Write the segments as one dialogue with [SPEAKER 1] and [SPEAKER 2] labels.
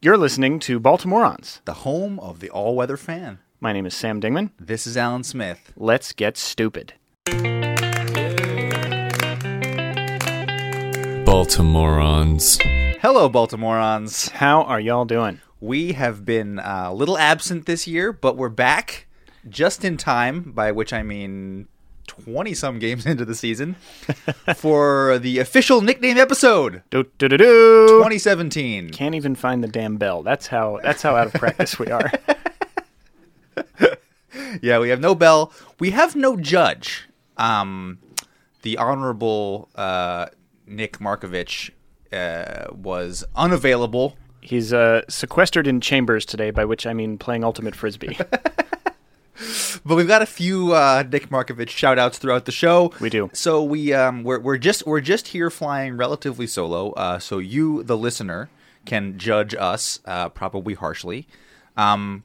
[SPEAKER 1] You're listening to Baltimoreans.
[SPEAKER 2] the home of the all weather fan.
[SPEAKER 1] My name is Sam Dingman.
[SPEAKER 2] This is Alan Smith.
[SPEAKER 1] Let's get stupid.
[SPEAKER 3] Baltimoreans.
[SPEAKER 2] Hello, Baltimoreans.
[SPEAKER 1] How are y'all doing?
[SPEAKER 2] We have been uh, a little absent this year, but we're back just in time, by which I mean 20 some games into the season, for the official nickname episode
[SPEAKER 1] Do do do do.
[SPEAKER 2] 2017.
[SPEAKER 1] Can't even find the damn bell. That's how. That's how out of practice we are.
[SPEAKER 2] Yeah, we have no bell. We have no judge. Um, the Honorable uh, Nick Markovich uh, was unavailable.
[SPEAKER 1] He's uh, sequestered in chambers today, by which I mean playing ultimate frisbee.
[SPEAKER 2] But we've got a few uh, Nick Markovich shout outs throughout the show.
[SPEAKER 1] We do.
[SPEAKER 2] So we um, we're, we're just we're just here flying relatively solo. Uh, so you, the listener, can judge us uh, probably harshly. Um,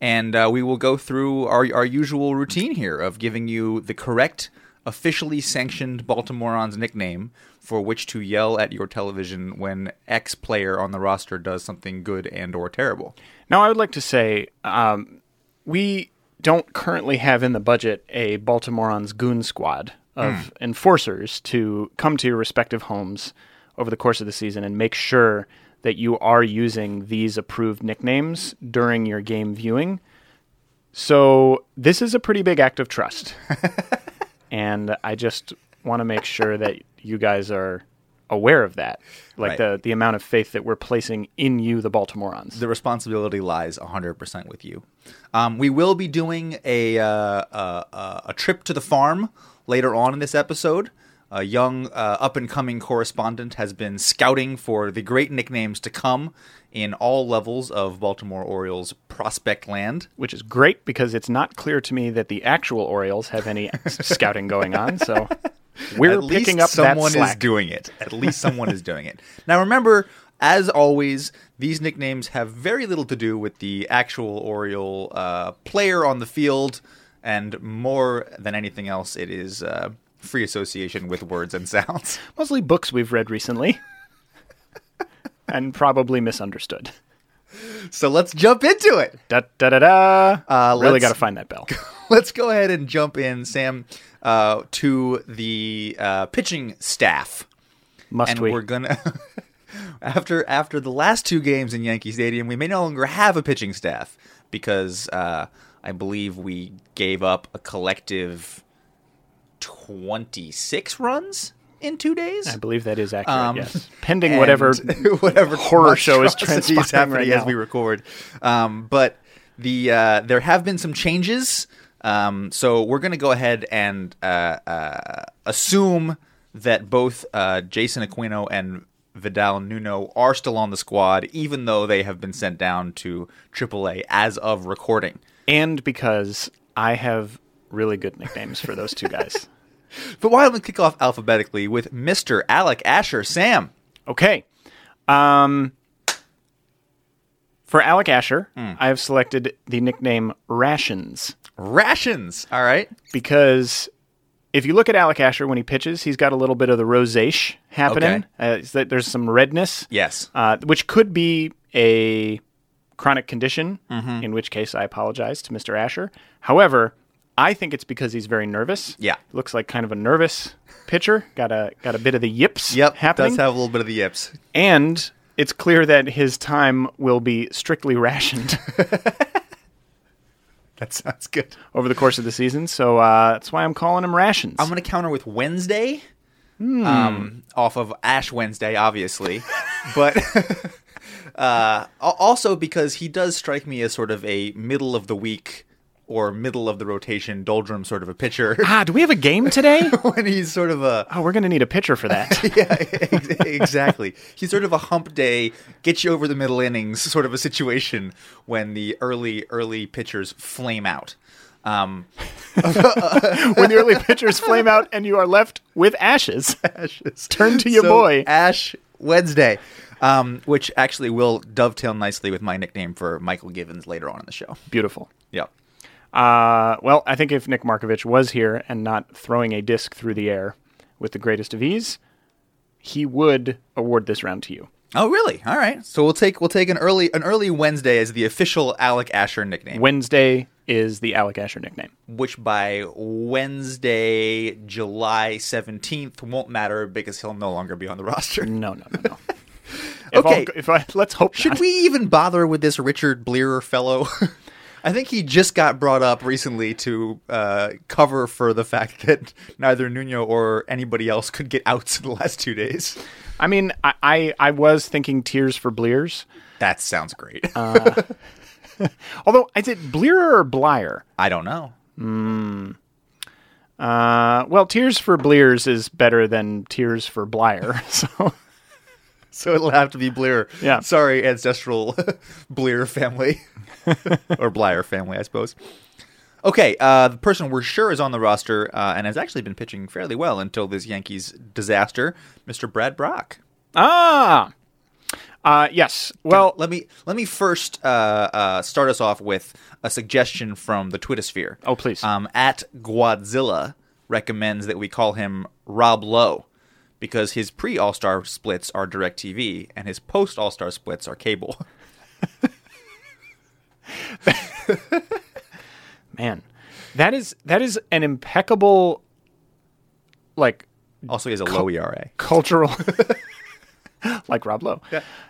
[SPEAKER 2] and uh, we will go through our our usual routine here of giving you the correct officially sanctioned Baltimoreans nickname for which to yell at your television when X player on the roster does something good and or terrible.
[SPEAKER 1] Now, I would like to say um, we don't currently have in the budget a Baltimoreans goon squad of enforcers to come to your respective homes over the course of the season and make sure that you are using these approved nicknames during your game viewing. So, this is a pretty big act of trust. and I just want to make sure that you guys are aware of that. Like
[SPEAKER 2] Right.
[SPEAKER 1] the, the amount of faith that we're placing in you, the Baltimoreans.
[SPEAKER 2] the responsibility lies 100% with you. Um, we will be doing a, uh, a- a, a trip to the farm later on in this episode. A young uh, up and coming correspondent has been scouting for the great nicknames to come in all levels of Baltimore Orioles prospect land.
[SPEAKER 1] which is great because it's not clear to me that the actual Orioles have any scouting going on. So we're
[SPEAKER 2] At least
[SPEAKER 1] picking up that
[SPEAKER 2] someone is
[SPEAKER 1] slack.
[SPEAKER 2] doing it. At least someone is doing it. Now remember, as always, these nicknames have very little to do with the actual Oriole uh, player on the field, and more than anything else, it is uh, free association with words and sounds.
[SPEAKER 1] Mostly books we've read recently and probably misunderstood.
[SPEAKER 2] So let's jump into it.
[SPEAKER 1] Da da da da.
[SPEAKER 2] Uh,
[SPEAKER 1] really
[SPEAKER 2] let's-
[SPEAKER 1] got to find that bell.
[SPEAKER 2] Let's go ahead and jump in, Sam, uh, to the uh, pitching staff.
[SPEAKER 1] Must
[SPEAKER 2] and
[SPEAKER 1] we?
[SPEAKER 2] we're gonna after after the last two games in Yankee Stadium, we may no longer have a pitching staff because uh, I believe we gave up a collective twenty six runs in two days.
[SPEAKER 1] I believe that is accurate.
[SPEAKER 2] Um,
[SPEAKER 1] yes. Pending whatever
[SPEAKER 2] and whatever
[SPEAKER 1] horror show is
[SPEAKER 2] monstrosities
[SPEAKER 1] transpiring right
[SPEAKER 2] happening
[SPEAKER 1] now.
[SPEAKER 2] as we record. Um, but the uh, there have been some changes, um, so we're going to go ahead and uh, uh, assume that both uh, Jason Aquino and Vidal Nuno are still on the squad, even though they have been sent down to AAA as of recording.
[SPEAKER 1] and because I have really good nicknames for those two guys.
[SPEAKER 2] But why don't we kick off alphabetically with Mr. Alec Asher? Sam,
[SPEAKER 1] Okay. Um, for Alec Asher,
[SPEAKER 2] Hmm.
[SPEAKER 1] I have selected the nickname Rations
[SPEAKER 2] rations. All right.
[SPEAKER 1] because if you look at Alec Asher when he pitches, he's got a little bit of the rosacea happening. Uh, it's that there's some redness,
[SPEAKER 2] Yes.
[SPEAKER 1] uh, which could be a chronic condition,
[SPEAKER 2] Mm-hmm.
[SPEAKER 1] in which case I apologize to Mr. Asher. However, I think it's because he's very nervous.
[SPEAKER 2] Yeah.
[SPEAKER 1] looks like kind of a nervous pitcher. Got a got a bit of the yips.
[SPEAKER 2] Yep.
[SPEAKER 1] happening.
[SPEAKER 2] Does have a little bit of the yips.
[SPEAKER 1] And it's clear that his time will be strictly rationed
[SPEAKER 2] That sounds good.
[SPEAKER 1] over the course of the season. So uh, that's why I'm calling him rations.
[SPEAKER 2] I'm going to counter with Wednesday, um, off of Ash Wednesday, obviously, but uh, al- also because he does strike me as sort of a middle of the week or middle of the rotation doldrum sort of a pitcher
[SPEAKER 1] ah, do we have a game today?
[SPEAKER 2] when he's sort of a
[SPEAKER 1] oh, we're going to need a pitcher for that.
[SPEAKER 2] yeah ex- exactly he's sort of a hump day get you over the middle innings sort of a situation when the early early pitchers flame out um,
[SPEAKER 1] when the early pitchers flame out and you are left with ashes.
[SPEAKER 2] ashes.
[SPEAKER 1] Turn to your
[SPEAKER 2] So,
[SPEAKER 1] boy.
[SPEAKER 2] Ash Wednesday, um, which actually will dovetail nicely with my nickname for Michael Givens later on in the show.
[SPEAKER 1] Beautiful.
[SPEAKER 2] Yep.
[SPEAKER 1] Uh, well, I think if Nick Markovich was here and not throwing a disc through the air with the greatest of ease, he would award this round to you.
[SPEAKER 2] Oh, really? All right. So we'll take we'll take an early an early Wednesday as the official Alec Asher nickname,
[SPEAKER 1] Wednesday is the Alec Asher nickname.
[SPEAKER 2] which by Wednesday, July seventeenth, won't matter because he'll no longer be on the roster.
[SPEAKER 1] No, no, no, no. If all
[SPEAKER 2] Okay.
[SPEAKER 1] go- if I, let's hope
[SPEAKER 2] Should
[SPEAKER 1] not.
[SPEAKER 2] we even bother with this Richard Bleer fellow? I think he just got brought up recently to uh, cover for the fact that neither Nuno or anybody else could get outs in the last two days.
[SPEAKER 1] I mean, I, I, I was thinking Tears for Bleers,
[SPEAKER 2] That sounds great.
[SPEAKER 1] although is it Bleer or Blyer?
[SPEAKER 2] I don't know.
[SPEAKER 1] Uh, well, Tears for Bleers is better than Tears for Blyer. So
[SPEAKER 2] So it'll have to be Bleer.
[SPEAKER 1] Yeah.
[SPEAKER 2] Sorry, ancestral Bleer family. or Blyer family, I suppose. Okay, uh, the person we're sure is on the roster uh, and has actually been pitching fairly well until this Yankees disaster, Mr. Brad Brock.
[SPEAKER 1] ah, uh, yes. Well,
[SPEAKER 2] Let me let me first uh, uh, start us off with a suggestion from the Twitter sphere.
[SPEAKER 1] Oh, please.
[SPEAKER 2] Um, at Guadzilla recommends that we call him Rob Lowe because his pre All Star splits are Directv and his post All Star splits are cable.
[SPEAKER 1] man, that is that is an impeccable, like
[SPEAKER 2] Also, he has a low ERA.
[SPEAKER 1] cultural like Rob Lowe.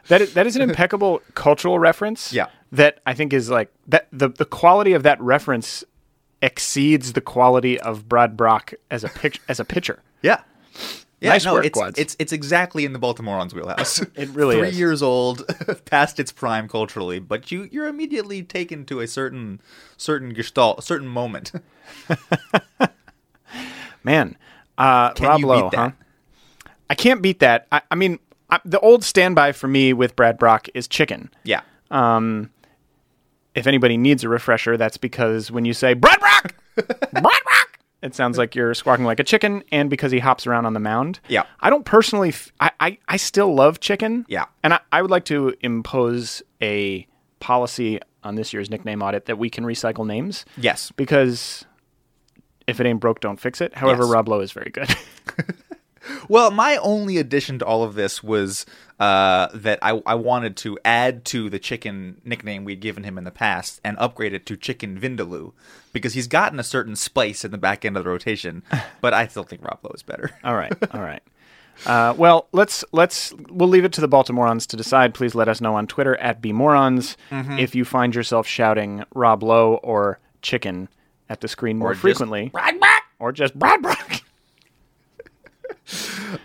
[SPEAKER 1] That is, that is an impeccable cultural reference.
[SPEAKER 2] Yeah.
[SPEAKER 1] That I think is like that the the quality of that reference exceeds the quality of Brad Brock as a pic, as a pitcher.
[SPEAKER 2] Yeah. Yeah,
[SPEAKER 1] Nice
[SPEAKER 2] no,
[SPEAKER 1] work,
[SPEAKER 2] it's,
[SPEAKER 1] Guads.
[SPEAKER 2] it's it's exactly in the Baltimoreans wheelhouse.
[SPEAKER 1] It really
[SPEAKER 2] three
[SPEAKER 1] is.
[SPEAKER 2] years old, past its prime culturally, but you you're immediately taken to a certain certain gestalt, certain moment.
[SPEAKER 1] Man, uh Rob
[SPEAKER 2] you
[SPEAKER 1] Lowe,
[SPEAKER 2] beat that?
[SPEAKER 1] huh? I can't beat that. I, I mean, I, the old standby for me with Brad Brock is chicken.
[SPEAKER 2] Yeah,
[SPEAKER 1] If anybody needs a refresher, that's because when you say Brad Brock, Brad Brock, it sounds like you're squawking like a chicken, and because he hops around on the mound.
[SPEAKER 2] Yeah.
[SPEAKER 1] I don't personally. F- I, I I still love chicken.
[SPEAKER 2] Yeah.
[SPEAKER 1] and I, I would like to impose a policy on this year's nickname audit that we can recycle names.
[SPEAKER 2] Yes.
[SPEAKER 1] because if it ain't broke, don't fix it. However,
[SPEAKER 2] Yes.
[SPEAKER 1] Rob Lowe is very good.
[SPEAKER 2] Well, my only addition to all of this was uh, that I, I wanted to add to the chicken nickname we'd given him in the past and upgrade it to Chicken Vindaloo because he's gotten a certain spice in the back end of the rotation, but I still think Rob Lowe is better.
[SPEAKER 1] all right, all right. Uh, well, let's let's we'll leave it to the Baltimoreans to decide. Please let us know on Twitter at bmorons
[SPEAKER 2] Mm-hmm.
[SPEAKER 1] if you find yourself shouting Rob Lowe or chicken at the screen more
[SPEAKER 2] just
[SPEAKER 1] frequently,
[SPEAKER 2] Brad Brock!
[SPEAKER 1] or just Brad Brock.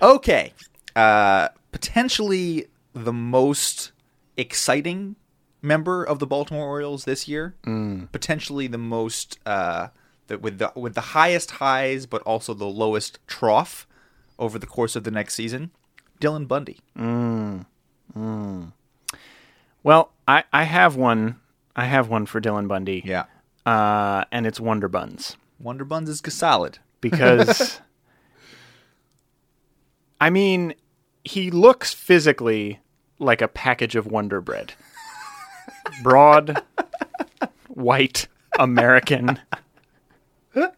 [SPEAKER 2] Okay. Uh, potentially the most exciting member of the Baltimore Orioles this year. Potentially the most uh, the, with the with the highest highs, but also the lowest trough over the course of the next season. Dylan Bundy.
[SPEAKER 1] Well, I, I have one. I have one for Dylan Bundy.
[SPEAKER 2] Yeah.
[SPEAKER 1] Uh, and it's Wonder Buns
[SPEAKER 2] Wonder Buns is solid.
[SPEAKER 1] because I mean, he looks physically like a package of Wonder Bread. Broad, white, American.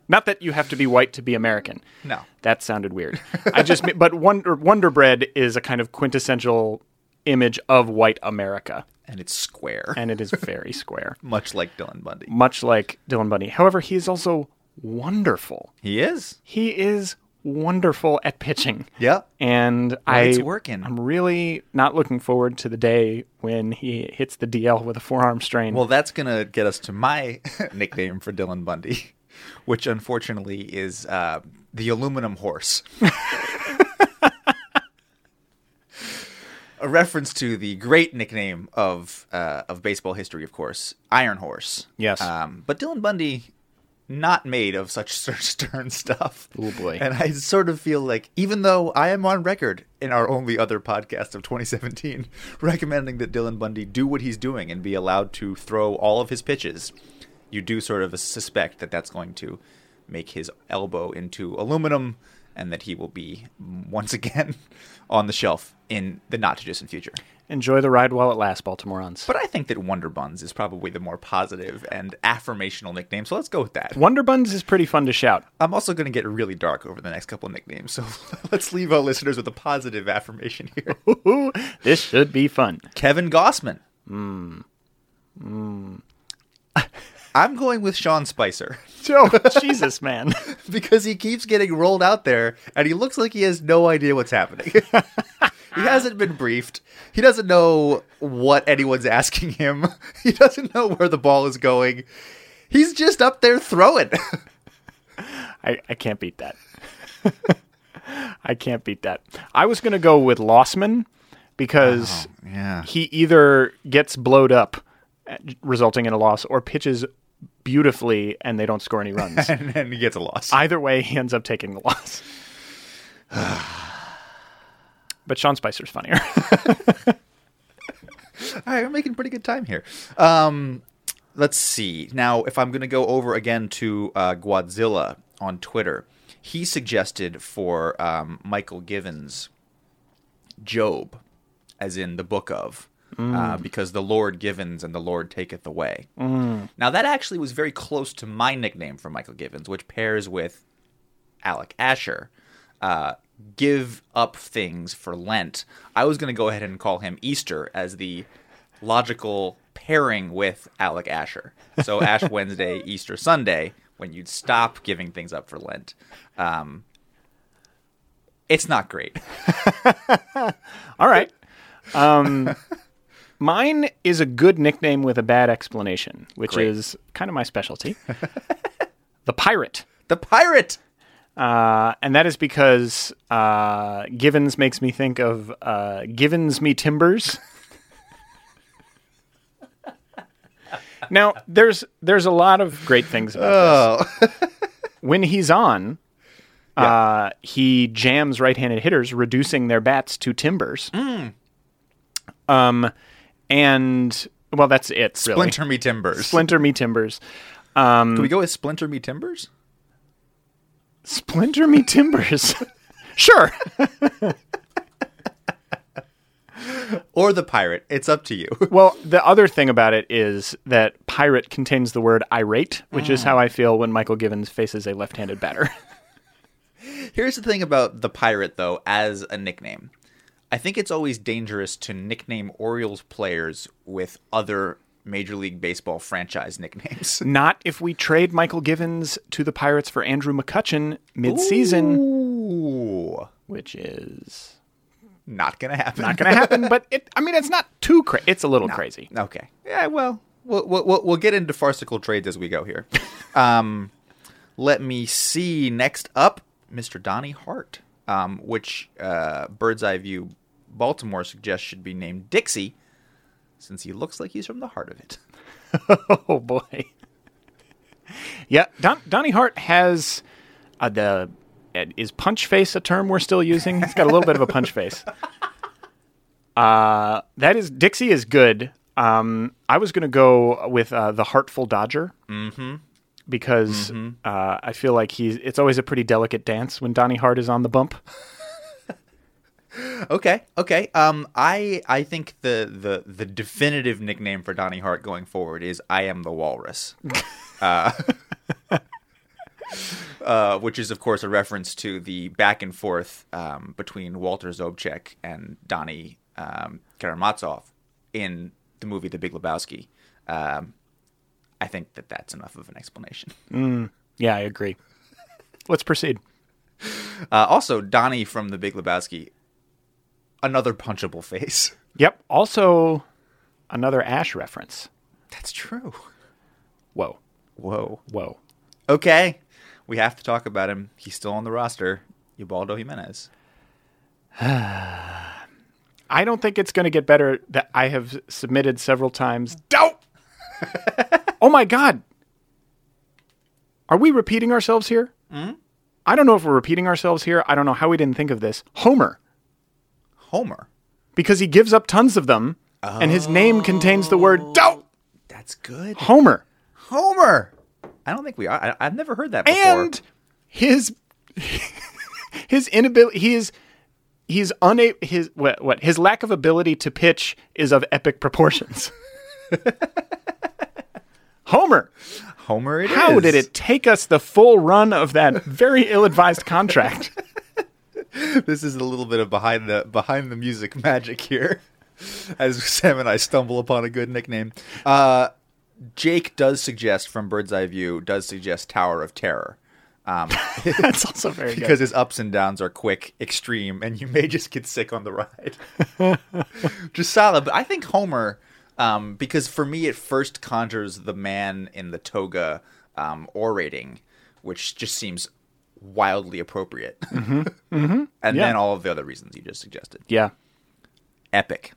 [SPEAKER 1] Not that you have to be white to be American.
[SPEAKER 2] No.
[SPEAKER 1] That sounded weird. I just mean- but Wonder Wonder Bread is a kind of quintessential image of white America
[SPEAKER 2] And it's square.
[SPEAKER 1] and it is very square.
[SPEAKER 2] much like Dylan Bundy.
[SPEAKER 1] much like Dylan Bundy. However, he is also wonderful.
[SPEAKER 2] He is.
[SPEAKER 1] He is wonderful at pitching.
[SPEAKER 2] Yep.
[SPEAKER 1] And I
[SPEAKER 2] it's working.
[SPEAKER 1] I'm really not looking forward to the day when he hits the DL with a forearm strain.
[SPEAKER 2] Well, that's going to get us to my nickname for Dylan Bundy, which unfortunately is uh, the aluminum horse. A reference to the great nickname of uh, of baseball history, of course, Iron Horse.
[SPEAKER 1] Yes.
[SPEAKER 2] Um, but Dylan Bundy, not made of such stern stuff.
[SPEAKER 1] Oh, boy.
[SPEAKER 2] And I sort of feel like, even though I am on record in our only other podcast of 2017, recommending that Dylan Bundy do what he's doing and be allowed to throw all of his pitches, you do sort of suspect that that's going to make his elbow into aluminum and that he will be mm, once again on the shelf in the not too distant future.
[SPEAKER 1] Enjoy the ride while it lasts, Baltimoreans.
[SPEAKER 2] But I think that Wonder Buns is probably the more positive and affirmational nickname, so let's go with that.
[SPEAKER 1] Wonder Buns is pretty fun to shout.
[SPEAKER 2] I'm also going to get really dark over the next couple of nicknames, so let's leave our listeners with a positive affirmation here.
[SPEAKER 1] Ooh, this should be fun.
[SPEAKER 2] Kevin Gossman. Hmm. I'm going with Sean Spicer
[SPEAKER 1] Joe, Jesus, man.
[SPEAKER 2] because he keeps getting rolled out there and he looks like he has no idea what's happening. he hasn't been briefed. He doesn't know what anyone's asking him. He doesn't know where the ball is going. He's just up there throwing.
[SPEAKER 1] I, I can't beat that. I can't beat that. I was going to go with Lossman because
[SPEAKER 2] Oh, yeah.
[SPEAKER 1] he either gets blowed up, uh, resulting in a loss, or pitches beautifully and they don't score any runs.
[SPEAKER 2] And, and he gets a loss.
[SPEAKER 1] either way, he ends up taking the loss. but Sean Spicer's funnier.
[SPEAKER 2] All right, we're making pretty good time here. Um, let's see. Now, if I'm going to go over again to uh, Godzilla on Twitter, he suggested for um, Michael Givens Job, as in the book of, uh, because the Lord givens and the Lord taketh away. Now, that actually was very close to my nickname for Michael Givens, which pairs with Alec Asher, uh, give up things for Lent. I was going to go ahead and call him Easter as the logical pairing with Alec Asher. So Ash Wednesday, Easter Sunday, when you'd stop giving things up for Lent. Um, it's not great.
[SPEAKER 1] All right. Um, mine is a good nickname with a bad explanation, which
[SPEAKER 2] Great.
[SPEAKER 1] is kind of my specialty. the pirate.
[SPEAKER 2] The pirate.
[SPEAKER 1] Uh, and that is because uh, Givens makes me think of uh, Givens Me Timbers. now, there's there's a lot of great things about this. when he's on, uh, he jams right-handed hitters, reducing their bats to timbers. Um, and well, that's it. Really.
[SPEAKER 2] Splinter me timbers.
[SPEAKER 1] Splinter me timbers.
[SPEAKER 2] Can we go with splinter me timbers?
[SPEAKER 1] Splinter me timbers. sure.
[SPEAKER 2] Or the pirate? It's up to you.
[SPEAKER 1] Well, the other thing about it is that pirate contains the word irate, which is how I feel when Michael Givens faces a left-handed batter.
[SPEAKER 2] Here's the thing about the pirate, though, as a nickname. I think it's always dangerous to nickname Orioles players with other Major League Baseball franchise nicknames.
[SPEAKER 1] Not if we trade Michael Givens to the Pirates for Andrew McCutcheon mid-season,
[SPEAKER 2] Ooh,
[SPEAKER 1] which is
[SPEAKER 2] not gonna happen.
[SPEAKER 1] not going to happen. but it, I mean, it's not too crazy. It's a little crazy.
[SPEAKER 2] Okay. Yeah. Well, we'll we'll- we'll, we'll get into farcical trades as we go here. um, let me see. Next up, Mr. Donnie Hart, um, which uh, Bird's Eye View Baltimore suggests should be named Dixie, since he looks like he's from the heart of it.
[SPEAKER 1] Oh boy. yeah, Don, Donnie Hart has uh, the uh, is punch face a term we're still using? He's got a little bit of a punch face. Uh, that is Dixie is good. Um, I was gonna go with uh, the Heartful Dodger. Mm-hmm. Because Uh, I feel like he's it's always a pretty delicate dance when Donnie Hart is on the bump.
[SPEAKER 2] Okay, okay. Um, I I think the the the definitive nickname for Donnie Hart going forward is I am the Walrus, uh, uh, which is of course a reference to the back and forth um, between Walter Zobchek and Donnie um, Karamazov in the movie The Big Lebowski. Um, I think that that's enough of an explanation.
[SPEAKER 1] Yeah, I agree. Let's proceed.
[SPEAKER 2] Uh, also, Donnie from The Big Lebowski, another punchable face.
[SPEAKER 1] Yep. Also, another Ash reference.
[SPEAKER 2] That's true.
[SPEAKER 1] Whoa,
[SPEAKER 2] Whoa.
[SPEAKER 1] whoa.
[SPEAKER 2] Okay. We have to talk about him. He's still on the roster. Ubaldo Jimenez.
[SPEAKER 1] I don't think it's going to get better that I have submitted several times. Doubt. oh my god. Are we repeating ourselves here? I don't know if we're repeating ourselves here. I don't know how we didn't think of this. Homer,
[SPEAKER 2] Homer.
[SPEAKER 1] because he gives up tons of them, and his name contains the word doubt.
[SPEAKER 2] That's good.
[SPEAKER 1] Homer,
[SPEAKER 2] Homer. I don't think we are. I, I've never heard that before.
[SPEAKER 1] and his his inability. He is he's unable his what, what his lack of ability to pitch is of epic proportions. Homer,
[SPEAKER 2] Homer, it
[SPEAKER 1] how
[SPEAKER 2] is.
[SPEAKER 1] did it take us the full run of that very ill-advised contract?
[SPEAKER 2] This is a little bit of behind the behind the music magic here, as Sam and I stumble upon a good nickname. Uh, Jake does suggest from Bird's Eye View does suggest Tower of Terror
[SPEAKER 1] That's also very good.
[SPEAKER 2] because his ups and downs are quick, extreme, and you may just get sick on the ride. just solid. But I think Homer, um, because for me, it first conjures the man in the toga um, orating, which just seems wildly appropriate. and
[SPEAKER 1] Mm-hmm. Yeah.
[SPEAKER 2] then all of the other reasons you just suggested.
[SPEAKER 1] Yeah,
[SPEAKER 2] Epic.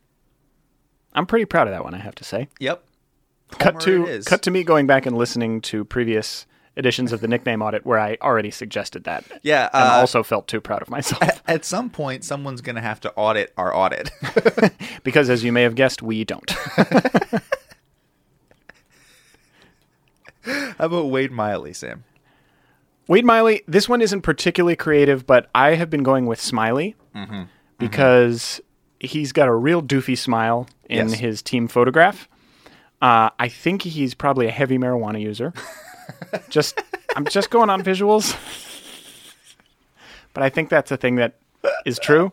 [SPEAKER 1] I'm pretty proud of that one. I have to say.
[SPEAKER 2] Yep.
[SPEAKER 1] cut
[SPEAKER 2] Homer it
[SPEAKER 1] to
[SPEAKER 2] is.
[SPEAKER 1] cut to me going back and listening to previous editions of the nickname audit where I already suggested that.
[SPEAKER 2] Yeah,
[SPEAKER 1] and
[SPEAKER 2] uh,
[SPEAKER 1] also felt too proud of myself
[SPEAKER 2] At some point, someone's going to have to audit our audit.
[SPEAKER 1] because, as you may have guessed, we don't.
[SPEAKER 2] How about Wade Miley, Sam?
[SPEAKER 1] Wade Miley. This one isn't particularly creative, but I have been going with Smiley
[SPEAKER 2] Mm-hmm.
[SPEAKER 1] because he's got a real doofy smile in
[SPEAKER 2] Yes.
[SPEAKER 1] his team photograph. Uh, I think he's probably a heavy marijuana user. just I'm just going on visuals, but I think that's a thing that is true.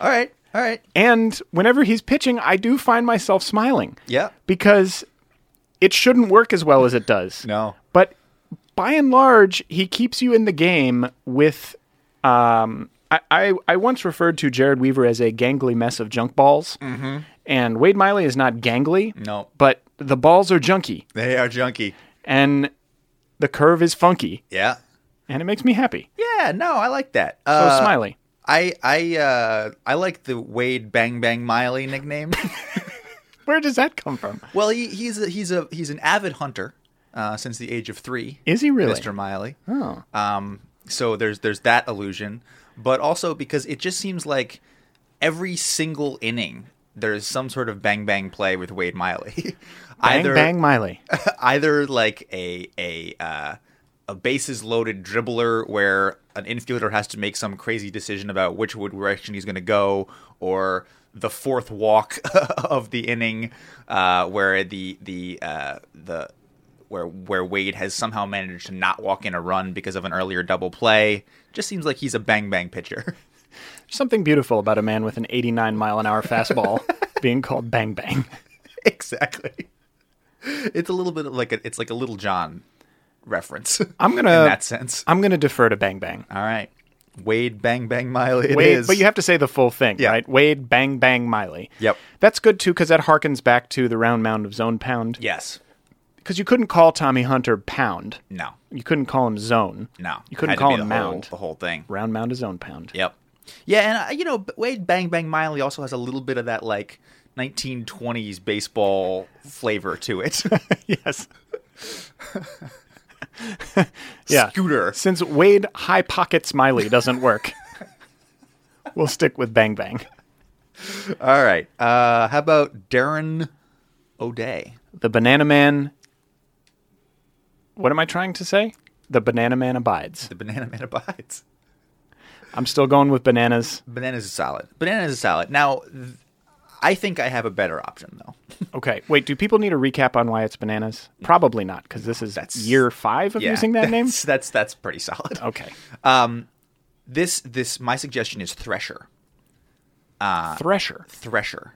[SPEAKER 2] All right. All right.
[SPEAKER 1] And whenever he's pitching, I do find myself smiling.
[SPEAKER 2] Yeah.
[SPEAKER 1] Because it shouldn't work as well as it does.
[SPEAKER 2] No.
[SPEAKER 1] But by and large, he keeps you in the game with. Um, I, I, I once referred to Jared Weaver as a gangly mess of junk balls. Mm-hmm. And Wade Miley is not gangly.
[SPEAKER 2] No.
[SPEAKER 1] But the balls are junky.
[SPEAKER 2] They are junky.
[SPEAKER 1] And the curve is funky.
[SPEAKER 2] Yeah.
[SPEAKER 1] And it makes me happy.
[SPEAKER 2] Yeah. No, I like that.
[SPEAKER 1] So
[SPEAKER 2] Uh,
[SPEAKER 1] smiley.
[SPEAKER 2] I I uh, I like the Wade Bang Bang Miley nickname.
[SPEAKER 1] Where does that come from?
[SPEAKER 2] well, he, he's a, he's a he's an avid hunter uh, since the age of three.
[SPEAKER 1] Is he really?
[SPEAKER 2] Mr. Miley? Oh. Um. So there's there's that illusion, but also because it just seems like every single inning there's some sort of bang bang play with Wade Miley.
[SPEAKER 1] Bang, bang, Miley.
[SPEAKER 2] either like a a uh, a bases loaded dribbler where an infielder has to make some crazy decision about which direction he's going to go, or the fourth walk of the inning uh, where the the uh, the where where Wade has somehow managed to not walk in a run because of an earlier double play. Just seems like he's a bang bang pitcher.
[SPEAKER 1] Something beautiful about a man with an 89 mile an hour fastball being called Bang Bang.
[SPEAKER 2] exactly. It's a little bit of like a, it's like a little John reference.
[SPEAKER 1] I'm gonna-
[SPEAKER 2] in that sense.
[SPEAKER 1] I'm going to defer to Bang Bang.
[SPEAKER 2] All right. Wade Bang Bang Miley. It is.
[SPEAKER 1] Wade, but you have to say the full thing,
[SPEAKER 2] Yeah.
[SPEAKER 1] right? Wade Bang Bang Miley.
[SPEAKER 2] Yep.
[SPEAKER 1] That's good too because that harkens back to the round mound of zone pound.
[SPEAKER 2] Yes.
[SPEAKER 1] Because you couldn't call Tommy Hunter pound.
[SPEAKER 2] No.
[SPEAKER 1] You couldn't call him zone.
[SPEAKER 2] No.
[SPEAKER 1] You couldn't
[SPEAKER 2] Had to
[SPEAKER 1] call
[SPEAKER 2] be
[SPEAKER 1] him
[SPEAKER 2] the whole-
[SPEAKER 1] mound.
[SPEAKER 2] the whole thing.
[SPEAKER 1] Round mound is zone pound.
[SPEAKER 2] Yep. Yeah, and uh, you know, b- Wade Bang Bang Miley also has a little bit of that like 1920s baseball flavor to it.
[SPEAKER 1] yes. yeah.
[SPEAKER 2] Scooter.
[SPEAKER 1] Since Wade high pockets Miley doesn't work, we'll stick with Bang Bang.
[SPEAKER 2] All right. Uh, how about Darren O'Day?
[SPEAKER 1] The Banana Man. What am I trying to say? The Banana Man abides.
[SPEAKER 2] The Banana Man abides.
[SPEAKER 1] I'm still going with bananas.
[SPEAKER 2] Bananas is solid. Bananas is solid. Now, th- I think I have a better option though.
[SPEAKER 1] Okay, wait. Do people need a recap on why it's bananas? Probably not, because this is
[SPEAKER 2] That's-
[SPEAKER 1] year five of using that name. Oh.
[SPEAKER 2] that's- That's that's pretty solid.
[SPEAKER 1] Okay,
[SPEAKER 2] This this my suggestion is Thresher. uh,
[SPEAKER 1] Thresher.
[SPEAKER 2] Thresher.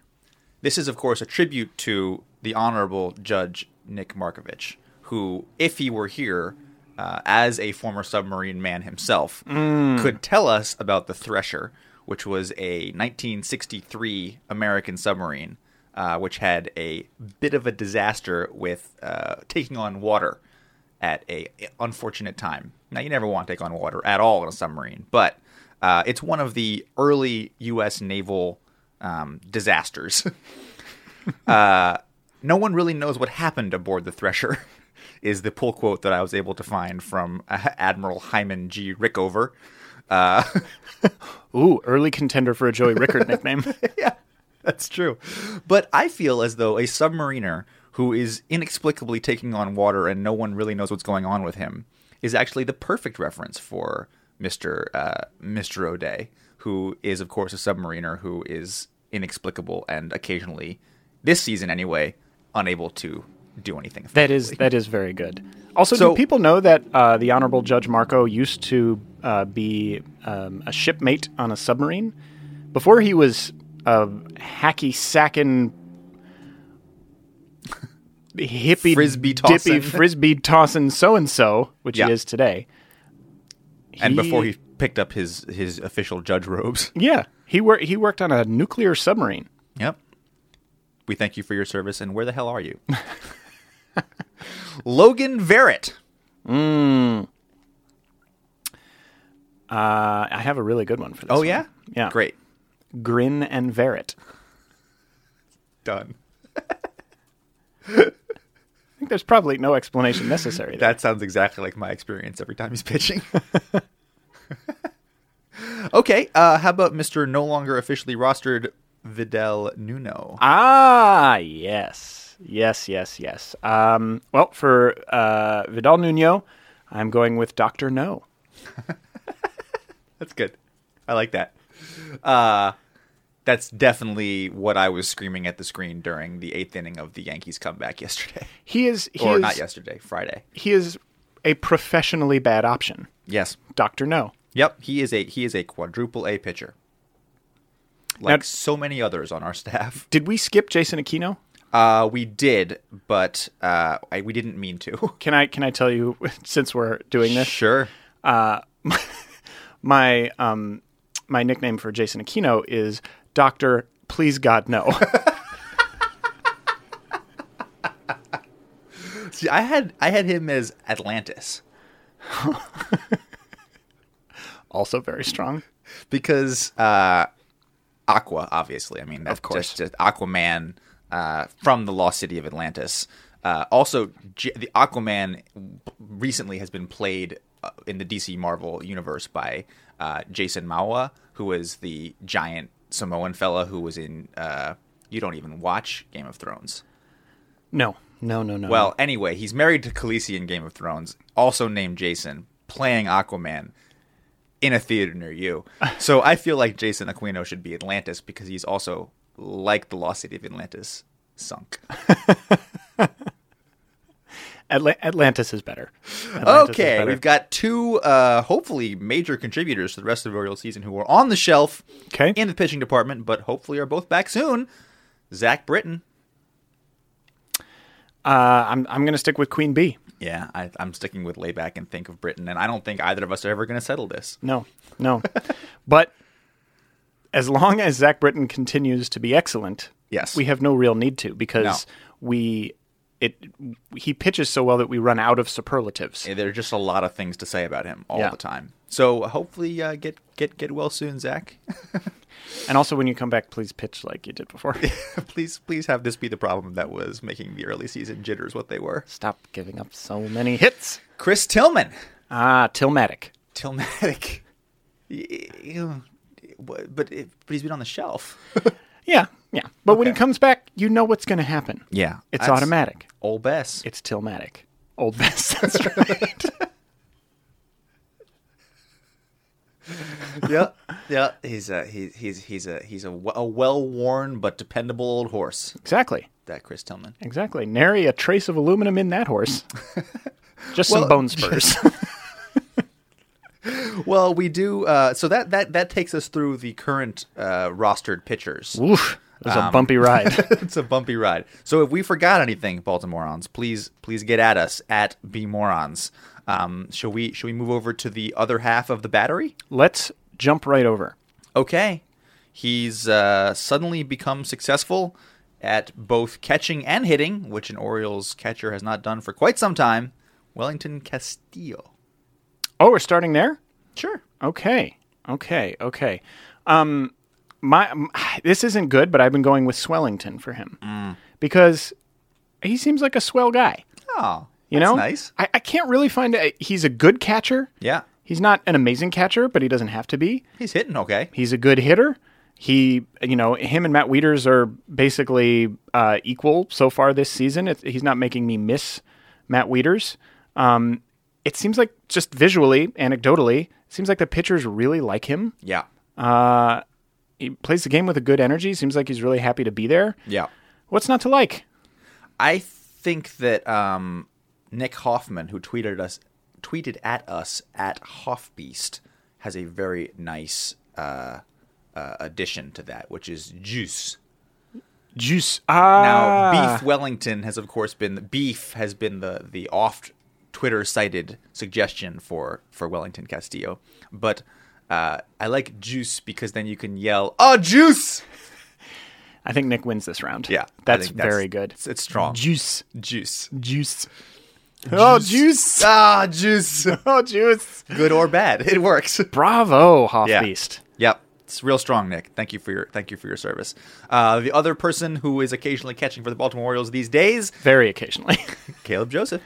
[SPEAKER 2] This is, of course, a tribute to the Honorable Judge Nick Markovich, who, if he were here, uh, as a former submarine man himself, could tell us about the Thresher, which was a 1963 American submarine, uh, which had a bit of a disaster with uh, taking on water at a unfortunate time. Now, you never want to take on water at all in a submarine, but uh, it's one of the early U.S. naval um, disasters. uh, no one really knows what happened aboard the Thresher, is the pull quote that I was able to find from uh, Admiral Hyman G. Rickover.
[SPEAKER 1] Ooh, early contender for a Joey Rickard nickname.
[SPEAKER 2] yeah, that's true. But I feel as though a submariner who is inexplicably taking on water and no one really knows what's going on with him is actually the perfect reference for Mister uh, Mister O'Day, who is, of course, a submariner who is inexplicable and occasionally, this season anyway, unable to do anything.
[SPEAKER 1] That is that is very good. Also,
[SPEAKER 2] So-
[SPEAKER 1] do people know that uh, the Honorable Judge Marco used to uh, be um, a shipmate on a submarine before he was a hacky sackin' hippie
[SPEAKER 2] Frisbee
[SPEAKER 1] dippy
[SPEAKER 2] tossin'.
[SPEAKER 1] frisbee tossin' so and so, which
[SPEAKER 2] Yeah.
[SPEAKER 1] he is today.
[SPEAKER 2] and before he picked up his his official judge robes.
[SPEAKER 1] yeah, he worked he worked on a nuclear submarine.
[SPEAKER 2] Yep. We thank you for your service, and where the hell are you? Logan Verrett.
[SPEAKER 1] Uh, I have a really good one for this.
[SPEAKER 2] Oh
[SPEAKER 1] one.
[SPEAKER 2] yeah,
[SPEAKER 1] yeah.
[SPEAKER 2] Great.
[SPEAKER 1] Grin and Verret.
[SPEAKER 2] Done.
[SPEAKER 1] I think there's probably no explanation necessary. there.
[SPEAKER 2] That sounds exactly like my experience every time he's pitching. okay, uh, how about Mr. No Longer Officially Rostered Vidal Nuno?
[SPEAKER 1] Ah, yes. Yes, yes, yes. Um, well, for uh, Vidal Nuno, I'm going with Dr. No.
[SPEAKER 2] That's good. I like that. Uh, that's definitely what I was screaming at the screen during the eighth inning of the Yankees comeback yesterday.
[SPEAKER 1] He is he
[SPEAKER 2] or
[SPEAKER 1] is
[SPEAKER 2] not yesterday, Friday.
[SPEAKER 1] he is a professionally bad option.
[SPEAKER 2] Yes.
[SPEAKER 1] Dr. No.
[SPEAKER 2] Yep, he is a he is a quadruple A pitcher. Like so many others on our staff.
[SPEAKER 1] Did we skip Jason Aquino?
[SPEAKER 2] Uh, we did, but uh, I, we didn't mean to.
[SPEAKER 1] Can I can I tell you since we're doing this?
[SPEAKER 2] sure.
[SPEAKER 1] My um my nickname for Jason Aquino is Dr. Please God No.
[SPEAKER 2] See, I had I had him as Atlantis
[SPEAKER 1] also very strong.
[SPEAKER 2] because uh, Aqua, obviously. I mean, that's of
[SPEAKER 1] course.
[SPEAKER 2] just, just Aquaman uh, from the lost city of Atlantis. Uh, also, J- the Aquaman recently has been played uh, in the DC Marvel universe by uh, Jason Mawa, who is the giant Samoan fella who was in. Uh, you don't even watch Game of Thrones.
[SPEAKER 1] No. No, no, no.
[SPEAKER 2] Well, anyway, he's married to Khaleesi in Game of Thrones, also named Jason, playing Aquaman in a theater near you. So I feel like Jason Aquino should be Atlantis because he's also, like the lost city of Atlantis, sunk.
[SPEAKER 1] Atla- Atlantis is better. Atlantis is
[SPEAKER 2] Okay,
[SPEAKER 1] better.
[SPEAKER 2] we've got two uh, hopefully major contributors to the rest of the Royal season who are on the shelf
[SPEAKER 1] Okay.
[SPEAKER 2] in the pitching department, but hopefully are both back soon. Zach Britton.
[SPEAKER 1] Uh, I'm I'm going to stick with Queen Bee.
[SPEAKER 2] Yeah, I, I'm sticking with layback and think of Britain, and I don't think either of us are ever going to settle this.
[SPEAKER 1] No, no. but as long as Zach Britton continues to be excellent,
[SPEAKER 2] Yes.
[SPEAKER 1] we have no real need to because we it he pitches so well that we run out of superlatives.
[SPEAKER 2] Yeah, There are just a lot of things to say about him all
[SPEAKER 1] Yeah.
[SPEAKER 2] the time. So hopefully, uh, get get get well soon, Zach.
[SPEAKER 1] and also, when you come back, please pitch like you did before.
[SPEAKER 2] please please have this be the problem that was making the early season jitters what they were.
[SPEAKER 1] Stop giving up so many hits.
[SPEAKER 2] Chris Tillman,
[SPEAKER 1] Ah, Tilmatic.
[SPEAKER 2] Tillmatic, Y- ew. but but he's been on the shelf.
[SPEAKER 1] Yeah, yeah. But when he
[SPEAKER 2] Okay.
[SPEAKER 1] comes back, you know what's going to happen.
[SPEAKER 2] Yeah,
[SPEAKER 1] it's
[SPEAKER 2] that's
[SPEAKER 1] automatic.
[SPEAKER 2] Old Bess.
[SPEAKER 1] It's Tilmatic. Old best. That's right.
[SPEAKER 2] yeah, yeah. He's a he's he's he's a he's a, w- a well worn but dependable old horse.
[SPEAKER 1] exactly.
[SPEAKER 2] That Chris Tillman.
[SPEAKER 1] Exactly. Nary a trace of aluminum in that horse. Just some
[SPEAKER 2] Well,
[SPEAKER 1] bone spurs.
[SPEAKER 2] Well, we do. Uh, so that that that takes us through the current uh, rostered pitchers.
[SPEAKER 1] Oof. It was a bumpy ride.
[SPEAKER 2] it's a bumpy ride. So if we forgot anything, Baltimoreans, please please get at us at B Morons. Um, shall we shall we move over to the other half of the battery?
[SPEAKER 1] Let's jump right over.
[SPEAKER 2] Okay, he's uh, suddenly become successful at both catching and hitting, which an Orioles catcher has not done for quite some time. Wellington Castillo.
[SPEAKER 1] Oh, we're starting there?
[SPEAKER 2] Sure.
[SPEAKER 1] Okay. Okay. Okay. Um my m- this isn't good, but I've been going with Swellington for him. Because he seems like a swell guy.
[SPEAKER 2] Oh,
[SPEAKER 1] You
[SPEAKER 2] that's
[SPEAKER 1] know?
[SPEAKER 2] nice.
[SPEAKER 1] I, I can't really find a, he's a good catcher.
[SPEAKER 2] Yeah,
[SPEAKER 1] He's not an amazing catcher, but he doesn't have to be.
[SPEAKER 2] he's hitting okay.
[SPEAKER 1] He's a good hitter. He, you know, him and Matt Wieters are basically uh, equal so far this season. It's he's not making me miss Matt Wieters. Um, it seems like just visually, anecdotally, it seems like the pitchers really like him.
[SPEAKER 2] Yeah.
[SPEAKER 1] Uh, he plays the game with a good energy. Seems like he's really happy to be there.
[SPEAKER 2] Yeah.
[SPEAKER 1] What's not to like?
[SPEAKER 2] I think that um, Nick Hoffman, who tweeted us, tweeted at us at Hoffbeast, has a very nice uh, uh, addition to that, which is juice.
[SPEAKER 1] Juice.
[SPEAKER 2] Now,
[SPEAKER 1] Ah,
[SPEAKER 2] Beef Wellington has, of course, been beef has been the the oft Twitter cited suggestion for for Wellington Castillo, but. Uh, I like juice because then you can yell, "Oh, juice!"
[SPEAKER 1] I think Nick wins this round.
[SPEAKER 2] Yeah, I
[SPEAKER 1] that's
[SPEAKER 2] think
[SPEAKER 1] very good.
[SPEAKER 2] It's, it's strong.
[SPEAKER 1] Juice.
[SPEAKER 2] Juice.
[SPEAKER 1] Juice. Oh, juice.
[SPEAKER 2] Ah, juice.
[SPEAKER 1] Oh, juice.
[SPEAKER 2] Good or bad, it works.
[SPEAKER 1] Bravo, Hoffbeast.
[SPEAKER 2] Yep. It's real strong, Nick. Thank you for your thank you for your service. Uh, the other person who is occasionally catching for the Baltimore Orioles these days,
[SPEAKER 1] Very occasionally.
[SPEAKER 2] Caleb Joseph.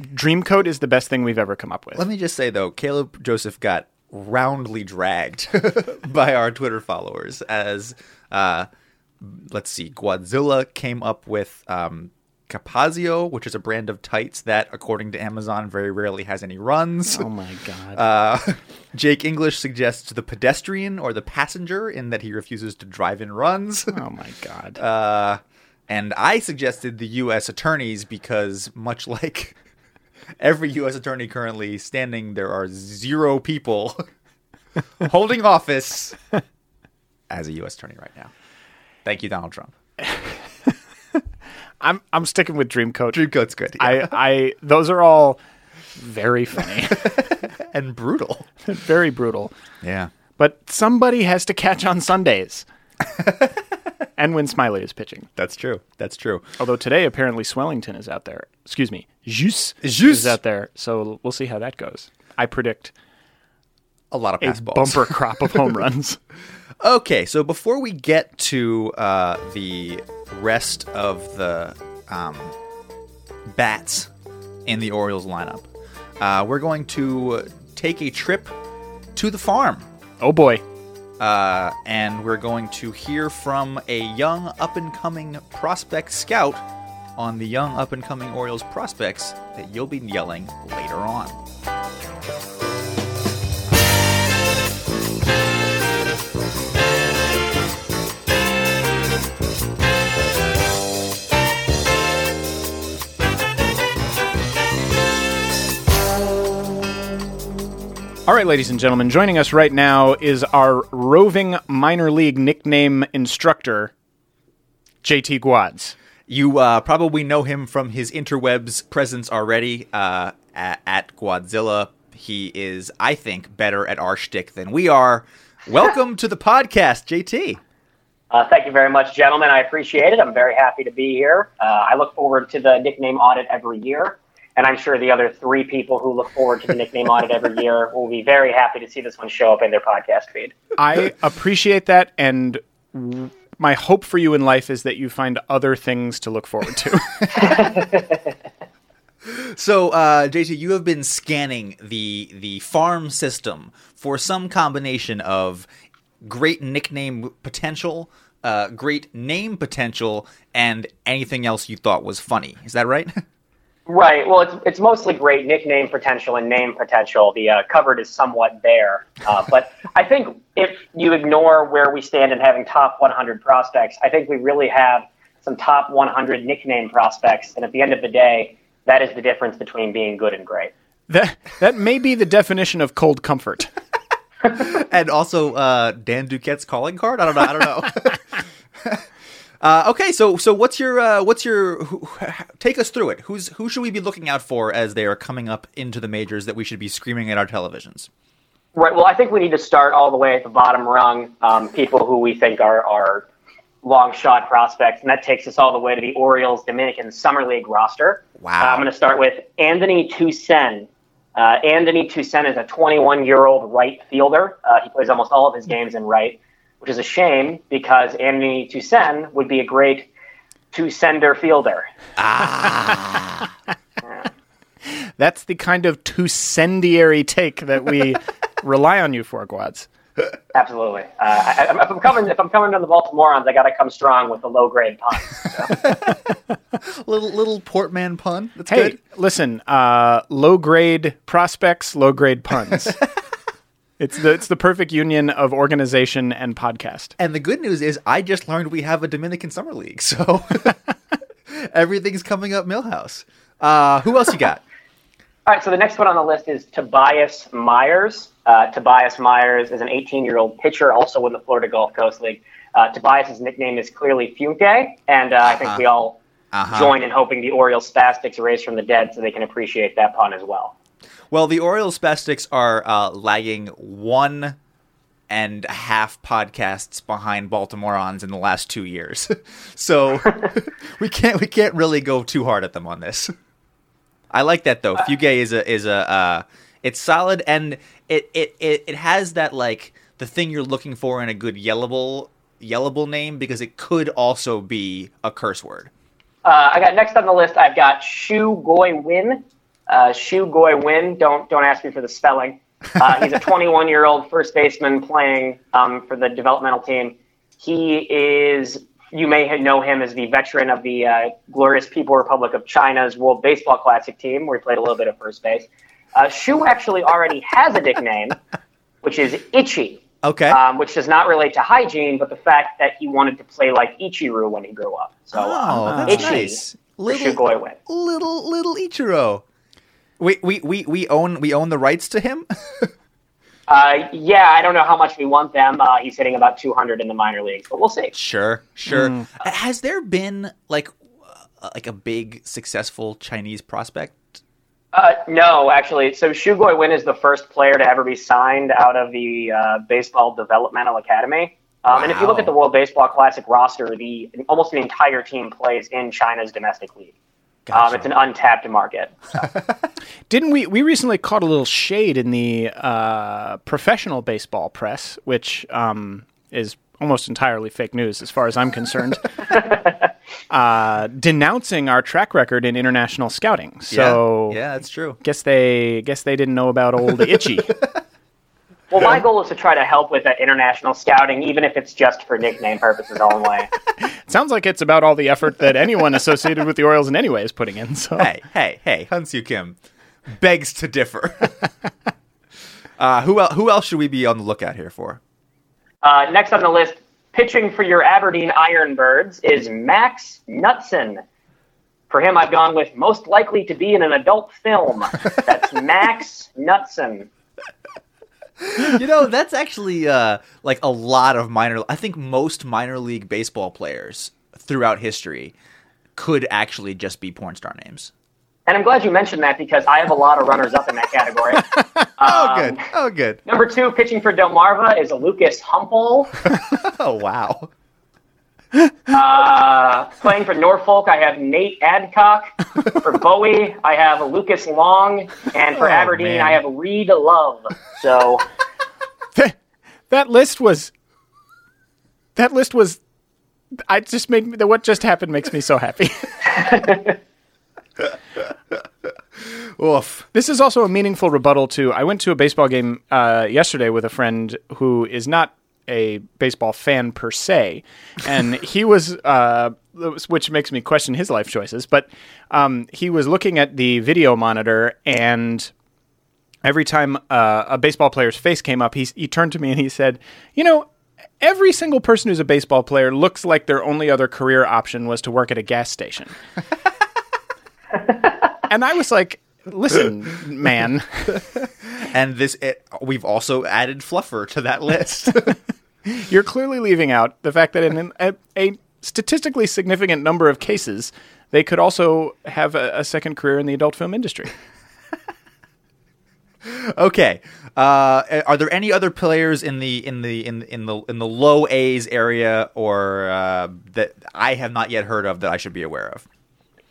[SPEAKER 1] Dreamcoat is the best thing we've ever come up with.
[SPEAKER 2] Let me just say though, Caleb Joseph got roundly dragged by our Twitter followers as uh, let's see, Guadzilla came up with um, Capazio, which is a brand of tights that, according to Amazon, very rarely has any runs.
[SPEAKER 1] oh my god.
[SPEAKER 2] Uh, Jake English suggests the pedestrian or the passenger in that he refuses to drive in runs.
[SPEAKER 1] oh my god.
[SPEAKER 2] Uh, and I suggested the U.S. attorneys because, much like every U.S. attorney currently standing, there are zero people holding office as a U.S. attorney right now. Thank you, Donald Trump.
[SPEAKER 1] I'm I'm sticking with Dreamcoat.
[SPEAKER 2] Dreamcoat's good
[SPEAKER 1] I I those are all very funny.
[SPEAKER 2] and brutal.
[SPEAKER 1] very brutal.
[SPEAKER 2] Yeah.
[SPEAKER 1] But somebody has to catch on Sundays. and when Smiley is pitching.
[SPEAKER 2] That's true. That's true.
[SPEAKER 1] Although today apparently Swellington is out there. Excuse me. Jus
[SPEAKER 2] Jus.
[SPEAKER 1] is out there. So we'll see how that goes. I predict
[SPEAKER 2] A lot of
[SPEAKER 1] a
[SPEAKER 2] passballs.
[SPEAKER 1] bumper crop of home runs.
[SPEAKER 2] Okay, so before we get to uh, the rest of the um, bats in the Orioles lineup, uh, we're going to take a trip to the farm.
[SPEAKER 1] Oh boy.
[SPEAKER 2] Uh, and we're going to hear from a young up and coming prospect scout on the young up and coming Orioles prospects that you'll be yelling later on.
[SPEAKER 1] All right, ladies and gentlemen, joining us right now is our roving minor league nickname instructor, JT Guads.
[SPEAKER 2] You uh, probably know him from his interwebs presence already uh, at, at Godzilla. He is, I think, better at our shtick than we are. Welcome to the podcast, JT.
[SPEAKER 4] Uh, thank you very much, gentlemen. I appreciate it. I'm very happy to be here. Uh, I look forward to the nickname audit every year, and I'm sure the other three people who look forward to the nickname audit every year will be very happy to see this one show up in their podcast feed.
[SPEAKER 1] I appreciate that, and w- my hope for you in life is that you find other things to look forward to.
[SPEAKER 2] So, uh, JT, you have been scanning the the farm system for some combination of great nickname potential, uh, great name potential, and anything else you thought was funny. Is that right?
[SPEAKER 4] Right. Well, it's it's mostly great nickname potential and name potential. The uh, covered is somewhat there, uh, but I think if you ignore where we stand in having top 100 prospects, I think we really have some top 100 nickname prospects. And at the end of the day, that is the difference between being good and great.
[SPEAKER 1] that that may be the definition of cold comfort.
[SPEAKER 2] and also uh, Dan Duquette's calling card. I don't know. I don't know. uh, okay, so so what's your uh, what's your who, who- take us through it? Who's who should we be looking out for as they are coming up into the majors that we should be screaming at our televisions?
[SPEAKER 4] Right. Well, I think we need to start all the way at the bottom rung, um, people who we think are are long shot prospects, and that takes us all the way to the Orioles Dominican Summer League roster.
[SPEAKER 2] Wow.
[SPEAKER 4] Uh, I'm going to start with Anthony Toussaint. Uh, Anthony Toussaint is a 21 year old right fielder. Uh, he plays almost all of his games in right, which is a shame because Anthony Toussaint would be a great two sender fielder.
[SPEAKER 1] That's the kind of tucendiary take that we rely on you for, Guads.
[SPEAKER 4] Absolutely. Uh, I, I- if I'm coming, if I'm coming to the Baltimoreans, I got to come strong with the low grade puns.
[SPEAKER 2] Little little Portman pun. That's
[SPEAKER 1] Hey,
[SPEAKER 2] good.
[SPEAKER 1] listen, uh, low grade prospects, low grade puns. It's the it's the perfect union of organization and podcast.
[SPEAKER 2] And the good news is, I just learned we have a Dominican summer league, so everything's coming up Millhouse. Uh, who else you got?
[SPEAKER 4] All right, so the next one on the list is Tobias Myers. Uh, Tobias Myers is an 18 year old pitcher, also in the Florida Gulf Coast League. Uh, Tobias's nickname is clearly Funke, and uh, I think we all join in hoping the Orioles spastics raise from the dead so they can appreciate that pun as well.
[SPEAKER 2] Well, the Orioles spastics are uh, lagging one and a half podcasts behind Baltimoreans in the last two years, so we can't we can't really go too hard at them on this. I like that though. Fugue is a is a uh, it's solid and it, it it it has that like the thing you're looking for in a good yellable yellable name because it could also be a curse word.
[SPEAKER 4] Uh, I got next on the list. I've got Shu Goy Win. Uh, Shu Goy Win. Don't don't ask me for the spelling. Uh, he's a 21 year old first baseman playing um, for the developmental team. He is. You may know him as the veteran of the uh, glorious People Republic of China's World Baseball Classic team, where he played a little bit of first base. Uh, Shu actually already has a nickname, which is Itchy,
[SPEAKER 2] Okay.
[SPEAKER 4] um, which does not relate to hygiene, but the fact that he wanted to play like Ichiru when he grew up. So um,
[SPEAKER 2] oh, that's
[SPEAKER 4] Itchy
[SPEAKER 2] nice.
[SPEAKER 4] Shu Goy Win.
[SPEAKER 2] little little Ichiro. We we we we own we own the rights to him.
[SPEAKER 4] Uh, yeah, I don't know how much we want them. Uh, he's hitting about 200 in the minor leagues, but we'll see.
[SPEAKER 2] sure, sure. Uh, Has there been like uh, like a big successful Chinese prospect?
[SPEAKER 4] Uh, no, actually, so Shugoy Win is the first player to ever be signed out of the uh, Baseball Developmental Academy. Um, And if you look
[SPEAKER 2] Wow.
[SPEAKER 4] at the World Baseball Classic roster, the almost the entire team plays in China's domestic league. Um, it's an untapped market.
[SPEAKER 1] Didn't we? We recently caught a little shade in the uh, professional baseball press, which um, is almost entirely fake news as far as I'm concerned, uh, denouncing our track record in international scouting. So
[SPEAKER 2] yeah, yeah, that's true.
[SPEAKER 1] guess they guess they didn't know about old Itchy.
[SPEAKER 4] Well, my goal is to try to help with that international scouting, even if it's just for nickname purposes only.
[SPEAKER 1] Sounds like it's about all the effort that anyone associated with the Orioles in any way is putting in. So
[SPEAKER 2] hey, hey, hey, Hunsu Kim begs to differ. uh, who el- who else should we be on the lookout here for?
[SPEAKER 4] Uh, next on the list, pitching for your Aberdeen Ironbirds is Max Knutson. For him, I've gone with most likely to be in an adult film. That's Max Knutson.
[SPEAKER 2] You know, that's actually uh, like a lot of minor. I think most minor league baseball players throughout history could actually just be porn star names.
[SPEAKER 4] And I'm glad you mentioned that because I have a lot of runners up in that category.
[SPEAKER 2] Oh,
[SPEAKER 4] Um,
[SPEAKER 2] good. Oh, good.
[SPEAKER 4] Number two, pitching for Delmarva is Lucas Humple.
[SPEAKER 2] Oh, wow.
[SPEAKER 4] Playing for Norfolk, I have Nate Adcock. For Bowie, I have Lucas Long. And for
[SPEAKER 2] Oh,
[SPEAKER 4] Aberdeen,
[SPEAKER 2] man.
[SPEAKER 4] I have Reed Love. So
[SPEAKER 1] that list was that list was. I just made me- the what just happened makes me so happy.
[SPEAKER 2] Oof.
[SPEAKER 1] This is also a meaningful rebuttal to. I went to a baseball game uh, yesterday with a friend who is not a baseball fan per se, and he was, uh, which makes me question his life choices. But um, he was looking at the video monitor, and every time uh, a baseball player's face came up, he he turned to me and he said, "You know." Every single person who's a baseball player looks like their only other career option was to work at a gas station. And I was like, listen, man.
[SPEAKER 2] And this, it, we've also added Fluffer to that list.
[SPEAKER 1] You're clearly leaving out the fact that in a, a statistically significant number of cases, they could also have a, a second career in the adult film industry.
[SPEAKER 2] okay. Uh, are there any other players in the in the in in the in the low A's area or uh, that I have not yet heard of that I should be aware of?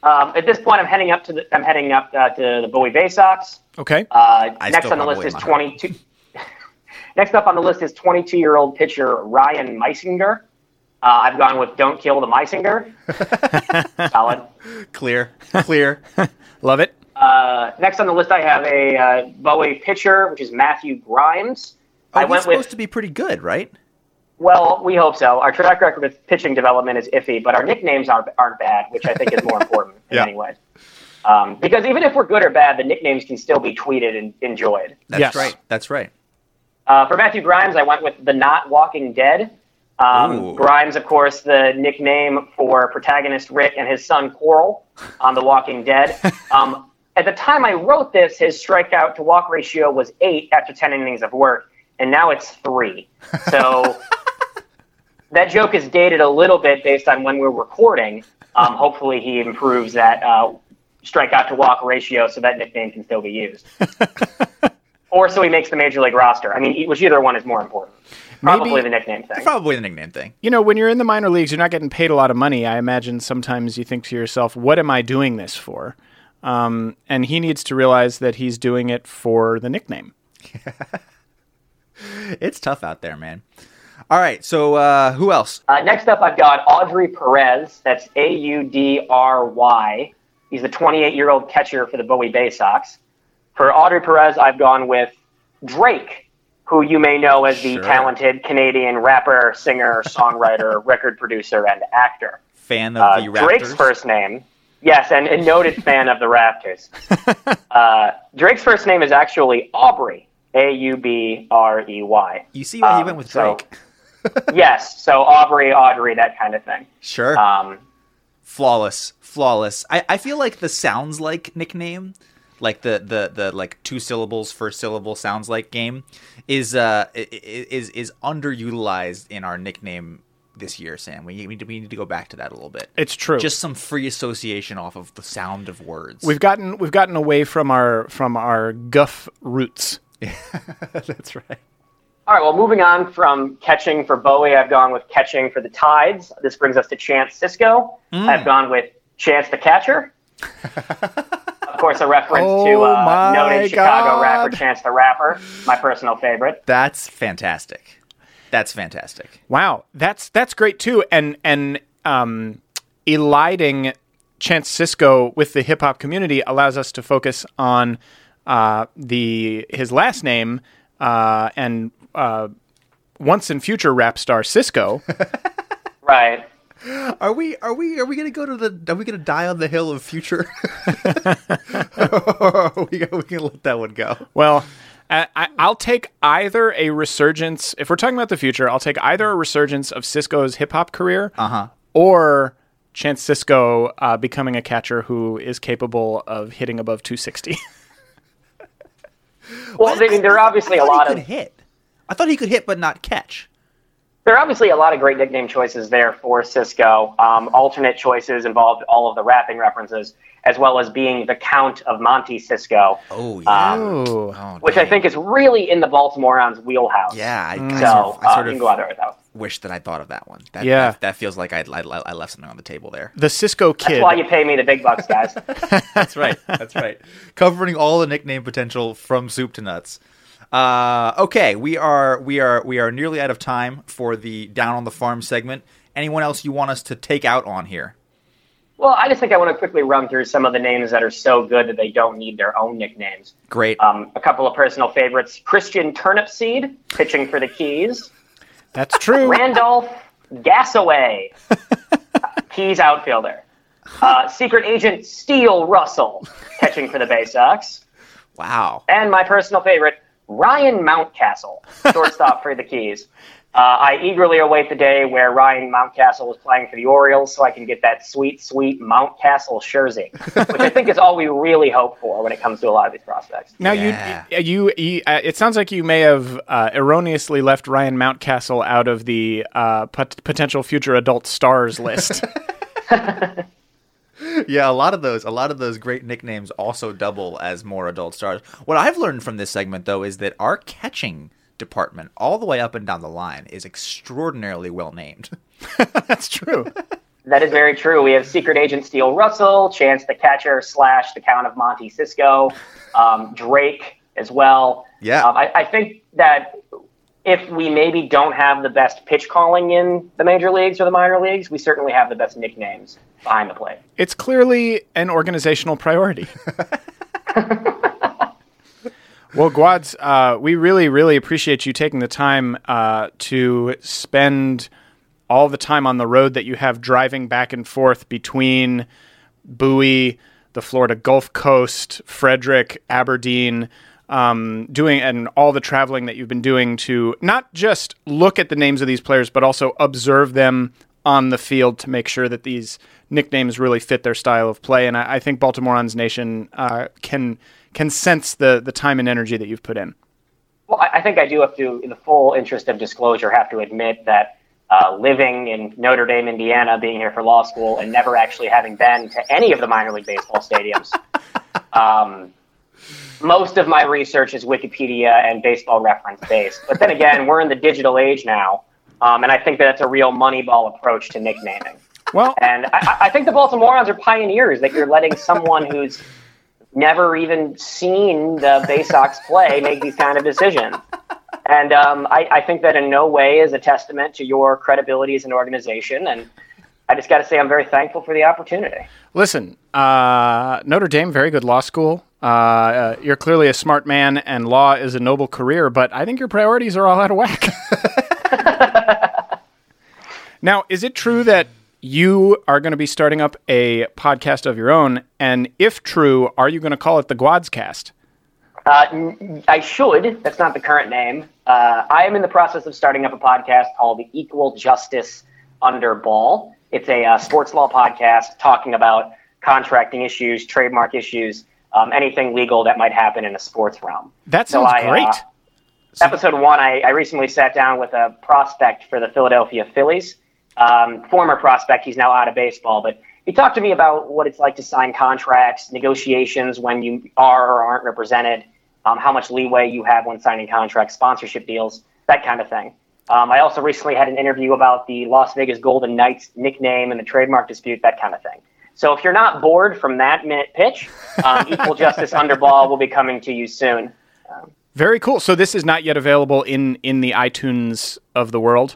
[SPEAKER 4] Um, at this point, I'm heading up to the I'm heading up uh, to the Bowie Bay Sox.
[SPEAKER 1] Okay.
[SPEAKER 4] Uh,
[SPEAKER 2] I
[SPEAKER 4] next
[SPEAKER 2] still
[SPEAKER 4] on the list
[SPEAKER 2] probably
[SPEAKER 4] is
[SPEAKER 2] am.
[SPEAKER 4] 22. next up on the list is 22 year old pitcher Ryan Meisinger. Uh, I've gone with "Don't kill the Meisinger." Solid.
[SPEAKER 2] Clear, clear.
[SPEAKER 1] Love it.
[SPEAKER 4] Uh, next on the list, I have a uh, Bowie pitcher, which is Matthew Grimes. I
[SPEAKER 2] he's
[SPEAKER 4] went
[SPEAKER 2] supposed
[SPEAKER 4] with
[SPEAKER 2] to be pretty good, right?
[SPEAKER 4] well, we hope so. Our track record with pitching development is iffy, but our nicknames aren't aren't bad, which I think is more important in
[SPEAKER 2] Yeah.
[SPEAKER 4] many ways. Um, because even if we're good or bad, the nicknames can still be tweeted and enjoyed.
[SPEAKER 2] That's
[SPEAKER 1] Yes.
[SPEAKER 2] right. That's right.
[SPEAKER 4] Uh, for Matthew Grimes, I went with the Not Walking Dead.
[SPEAKER 2] Ooh.
[SPEAKER 4] Um, Grimes, of course, the nickname for protagonist Rick and his son Coral on The Walking Dead. Um, at the time I wrote this, his strikeout to walk ratio was eight after 10 innings of work, and now it's three. So that joke is dated a little bit based on when we're recording. Um, hopefully, he improves that uh, strikeout to walk ratio so that nickname can still be used. or so he makes the major league roster. I mean, e- which either one is more important? Probably
[SPEAKER 2] Maybe-
[SPEAKER 4] the nickname thing.
[SPEAKER 2] Probably the nickname thing.
[SPEAKER 1] You know, when you're in the minor leagues, you're not getting paid a lot of money. I imagine sometimes you think to yourself, what am I doing this for? Um, and he needs to realize that he's doing it for the nickname.
[SPEAKER 2] It's tough out there, man. All right, so uh, who else?
[SPEAKER 4] Uh, next up, I've got Audrey Perez. That's A U D R Y. He's the 28 year old catcher for the Bowie Bay Sox. For Audrey Perez, I've gone with Drake, who you may know as the
[SPEAKER 2] Sure.
[SPEAKER 4] talented Canadian rapper, singer, songwriter, record producer, and actor.
[SPEAKER 2] Fan of
[SPEAKER 4] Uh,
[SPEAKER 2] the Raptors.
[SPEAKER 4] Drake's first name, yes, and a noted fan of the Raptors. Uh, Drake's first name is actually Aubrey, A U B R E Y.
[SPEAKER 2] You see why he
[SPEAKER 4] Um,
[SPEAKER 2] went with
[SPEAKER 4] so-
[SPEAKER 2] Drake?
[SPEAKER 4] Yes, so Aubrey, Audrey, that kind of thing.
[SPEAKER 2] Sure.
[SPEAKER 4] Um,
[SPEAKER 2] flawless flawless I, I feel like the sounds like nickname like the, the the like two syllables first syllable sounds like game is uh i- i- is is underutilized in our nickname this year sam we need, we need to go back to that a little bit
[SPEAKER 1] It's true.
[SPEAKER 2] just some free association off of the sound of words
[SPEAKER 1] We've gotten we've gotten away from our from our guff roots.
[SPEAKER 2] that's right
[SPEAKER 4] All right, well, moving on from catching for Bowie, I've gone with catching for the Tides. This brings us to Chance Cisco. I've gone with Chance the Catcher. of course, a reference to
[SPEAKER 1] Oh
[SPEAKER 4] uh,
[SPEAKER 1] my
[SPEAKER 4] noted Chicago rapper
[SPEAKER 1] God.
[SPEAKER 4] Chance the Rapper, my personal favorite.
[SPEAKER 2] that's fantastic that's fantastic
[SPEAKER 1] Wow, that's that's great too. And and um, eliding Chance Cisco with the hip hop community allows us to focus on uh, the his last name uh, and uh, once in future rap star Cisco.
[SPEAKER 4] Right.
[SPEAKER 2] are we are we are we gonna go to the are we gonna die on the hill of future we, we can let that one go
[SPEAKER 1] Well, I, I- I'll take either a resurgence. If we're talking about the future, I'll take either a resurgence of Cisco's hip hop career, or Chance Cisco uh, becoming a catcher who is capable of hitting above 260.
[SPEAKER 4] Well, I mean, there are obviously
[SPEAKER 2] I
[SPEAKER 4] a
[SPEAKER 2] thought
[SPEAKER 4] lot
[SPEAKER 2] he
[SPEAKER 4] of
[SPEAKER 2] could hit. I thought he could hit but not catch.
[SPEAKER 4] there are obviously a lot of great nickname choices there for Cisco. Um, alternate choices involved all of the rapping references, as well as being the Count of Monte Cisco,
[SPEAKER 2] Oh yeah. Oh,
[SPEAKER 1] Ooh.
[SPEAKER 4] Um, which I think is really in the Baltimoreans' wheelhouse.
[SPEAKER 2] yeah, I, I sort
[SPEAKER 4] So
[SPEAKER 2] of,
[SPEAKER 4] uh,
[SPEAKER 2] I sort
[SPEAKER 4] you
[SPEAKER 2] of
[SPEAKER 4] can go out there with that. one.
[SPEAKER 2] wish that I thought of that one. That,
[SPEAKER 1] Yeah.
[SPEAKER 2] that, that feels like I, I, I left something on the table there.
[SPEAKER 1] The Cisco
[SPEAKER 4] That's
[SPEAKER 1] kid.
[SPEAKER 4] why you pay me the big bucks, guys.
[SPEAKER 2] That's right. That's right. Covering all the nickname potential from soup to nuts. Uh, okay, we are we are we are nearly out of time for the down on the farm segment. Anyone else you want us to take out on here?
[SPEAKER 4] well, I just think I want to quickly run through some of the names that are so good that they don't need their own nicknames.
[SPEAKER 2] Great.
[SPEAKER 4] Um, a couple of personal favorites: Christian Turnipseed, pitching for the Keys;
[SPEAKER 1] That's true.
[SPEAKER 4] Randolph Gasaway, Keys outfielder; uh, Secret Agent Steele Russell, catching for the Bay Sox;
[SPEAKER 2] wow.
[SPEAKER 4] and my personal favorite, Ryan Mountcastle, shortstop for the Keys. Uh, I eagerly await the day where Ryan Mountcastle is playing for the Orioles so I can get that sweet, sweet Mountcastle jersey, which I think is all we really hope for when it comes to a lot of these prospects.
[SPEAKER 1] Now
[SPEAKER 2] Yeah.
[SPEAKER 1] you you, you uh, it sounds like you may have uh, erroneously left Ryan Mountcastle out of the uh, pot- potential future adult stars list.
[SPEAKER 2] Yeah, a lot of those, a lot of those great nicknames also double as more adult stars. What I've learned from this segment, though, is that our catching department, all the way up and down the line, is extraordinarily well named.
[SPEAKER 1] That's true.
[SPEAKER 4] That is very true. We have Secret Agent Steele Russell, Chance the Catcher slash the Count of Monte Cisco, um, Drake as well.
[SPEAKER 2] Yeah.
[SPEAKER 4] Um, I, I think that if we maybe don't have the best pitch calling in the major leagues or the minor leagues, we certainly have the best nicknames behind the plate.
[SPEAKER 1] It's clearly an organizational priority. well, Guads, uh, we really, really appreciate you taking the time uh, to spend all the time on the road that you have driving back and forth between Bowie, the Florida Gulf Coast, Frederick, Aberdeen. um, doing and all the traveling that you've been doing to not just look at the names of these players, but also observe them on the field to make sure that these nicknames really fit their style of play. And I, I think Baltimoreans Nation uh, can can sense the the time and energy that you've put in.
[SPEAKER 4] Well, I I think I do have to, in the full interest of disclosure, have to admit that uh, living in Notre Dame, Indiana, being here for law school, and never actually having been to any of the minor league baseball stadiums, um, most of my research is Wikipedia and baseball reference based. But then again, we're in the digital age now, um, and I think that's a real moneyball approach to nicknaming.
[SPEAKER 1] Well,
[SPEAKER 4] And I- I, I think the Baltimoreans are pioneers that you're letting someone who's never even seen the Bay Sox play make these kind of decisions. And um, I, I think that in no way is a testament to your credibility as an organization. And I just got to say, I'm very thankful for the opportunity.
[SPEAKER 1] Listen, uh, Notre Dame, very good law school. Uh, uh, you're clearly a smart man, and law is a noble career, but I think your priorities are all out of whack. now, is it true that you are going to be starting up a podcast of your own? And if true, are you going to call it the Guadscast?
[SPEAKER 4] Uh, n- I should. That's not the current name. Uh, I am in the process of starting up a podcast called the Equal Justice Under Ball. It's a uh, sports law podcast talking about contracting issues, trademark issues, um, anything legal that might happen in a sports realm.
[SPEAKER 1] That
[SPEAKER 4] So
[SPEAKER 1] sounds
[SPEAKER 4] I, uh,
[SPEAKER 1] great.
[SPEAKER 4] episode one, I, I recently sat down with a prospect for the Philadelphia Phillies, um, former prospect. He's now out of baseball, but he talked to me about what it's like to sign contracts, negotiations when you are or aren't represented, um, how much leeway you have when signing contracts, sponsorship deals, that kind of thing. Um, I also recently had an interview about the Las Vegas Golden Knights nickname and the trademark dispute, that kind of thing. So if you're not bored from that minute pitch, um, Equal Justice Underball will be coming to you soon.
[SPEAKER 1] very cool. So this is not yet available in in the iTunes of the world.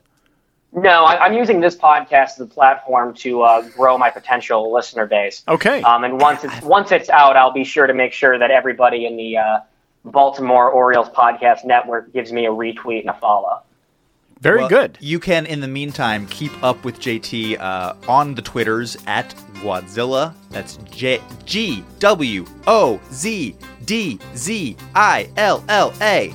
[SPEAKER 4] No, I, I'm using this podcast as a platform to uh, grow my potential listener base.
[SPEAKER 1] Okay.
[SPEAKER 4] Um, and once it's once it's out, I'll be sure to make sure that everybody in the uh, Baltimore Orioles podcast network gives me a retweet and a follow.
[SPEAKER 1] very
[SPEAKER 2] Well,
[SPEAKER 1] good.
[SPEAKER 2] You can, in the meantime, keep up with JT uh, on the Twitters at Godzilla. That's J G W O Z D Z I L L A.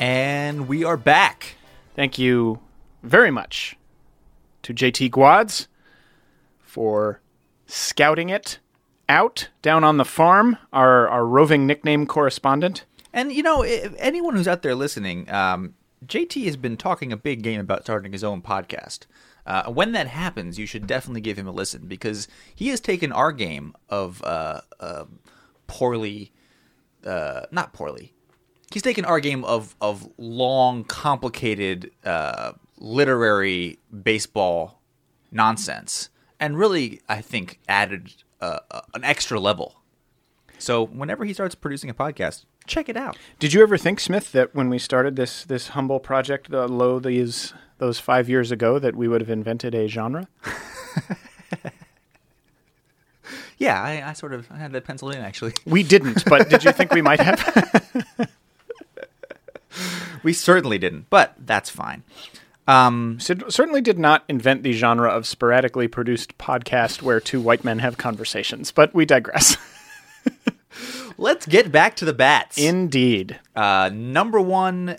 [SPEAKER 2] And we are back.
[SPEAKER 1] Thank you very much to JT Guads for scouting it out down on the farm, our, our roving nickname correspondent.
[SPEAKER 2] And you know, i- anyone who's out there listening, um, JT has been talking a big game about starting his own podcast. Uh, when that happens, you should definitely give him a listen because he has taken our game of uh, uh, poorly, uh, not poorly. He's taken our game of of long, complicated uh, literary baseball nonsense and really, I think, added uh, uh, an extra level. So whenever he starts producing a podcast, check it out.
[SPEAKER 1] Did you ever think, Smith, that when we started this this humble project, the low these those five years ago, that we would have invented a genre?
[SPEAKER 2] Yeah, I, I sort of I had that penciled in actually.
[SPEAKER 1] We didn't, but did you think we might have?
[SPEAKER 2] We certainly didn't, but that's fine. Um,
[SPEAKER 1] Sid- Certainly did not invent the genre of sporadically produced podcast where two white men have conversations, but we digress.
[SPEAKER 2] let's get back to the bats.
[SPEAKER 1] Indeed.
[SPEAKER 2] uh, number one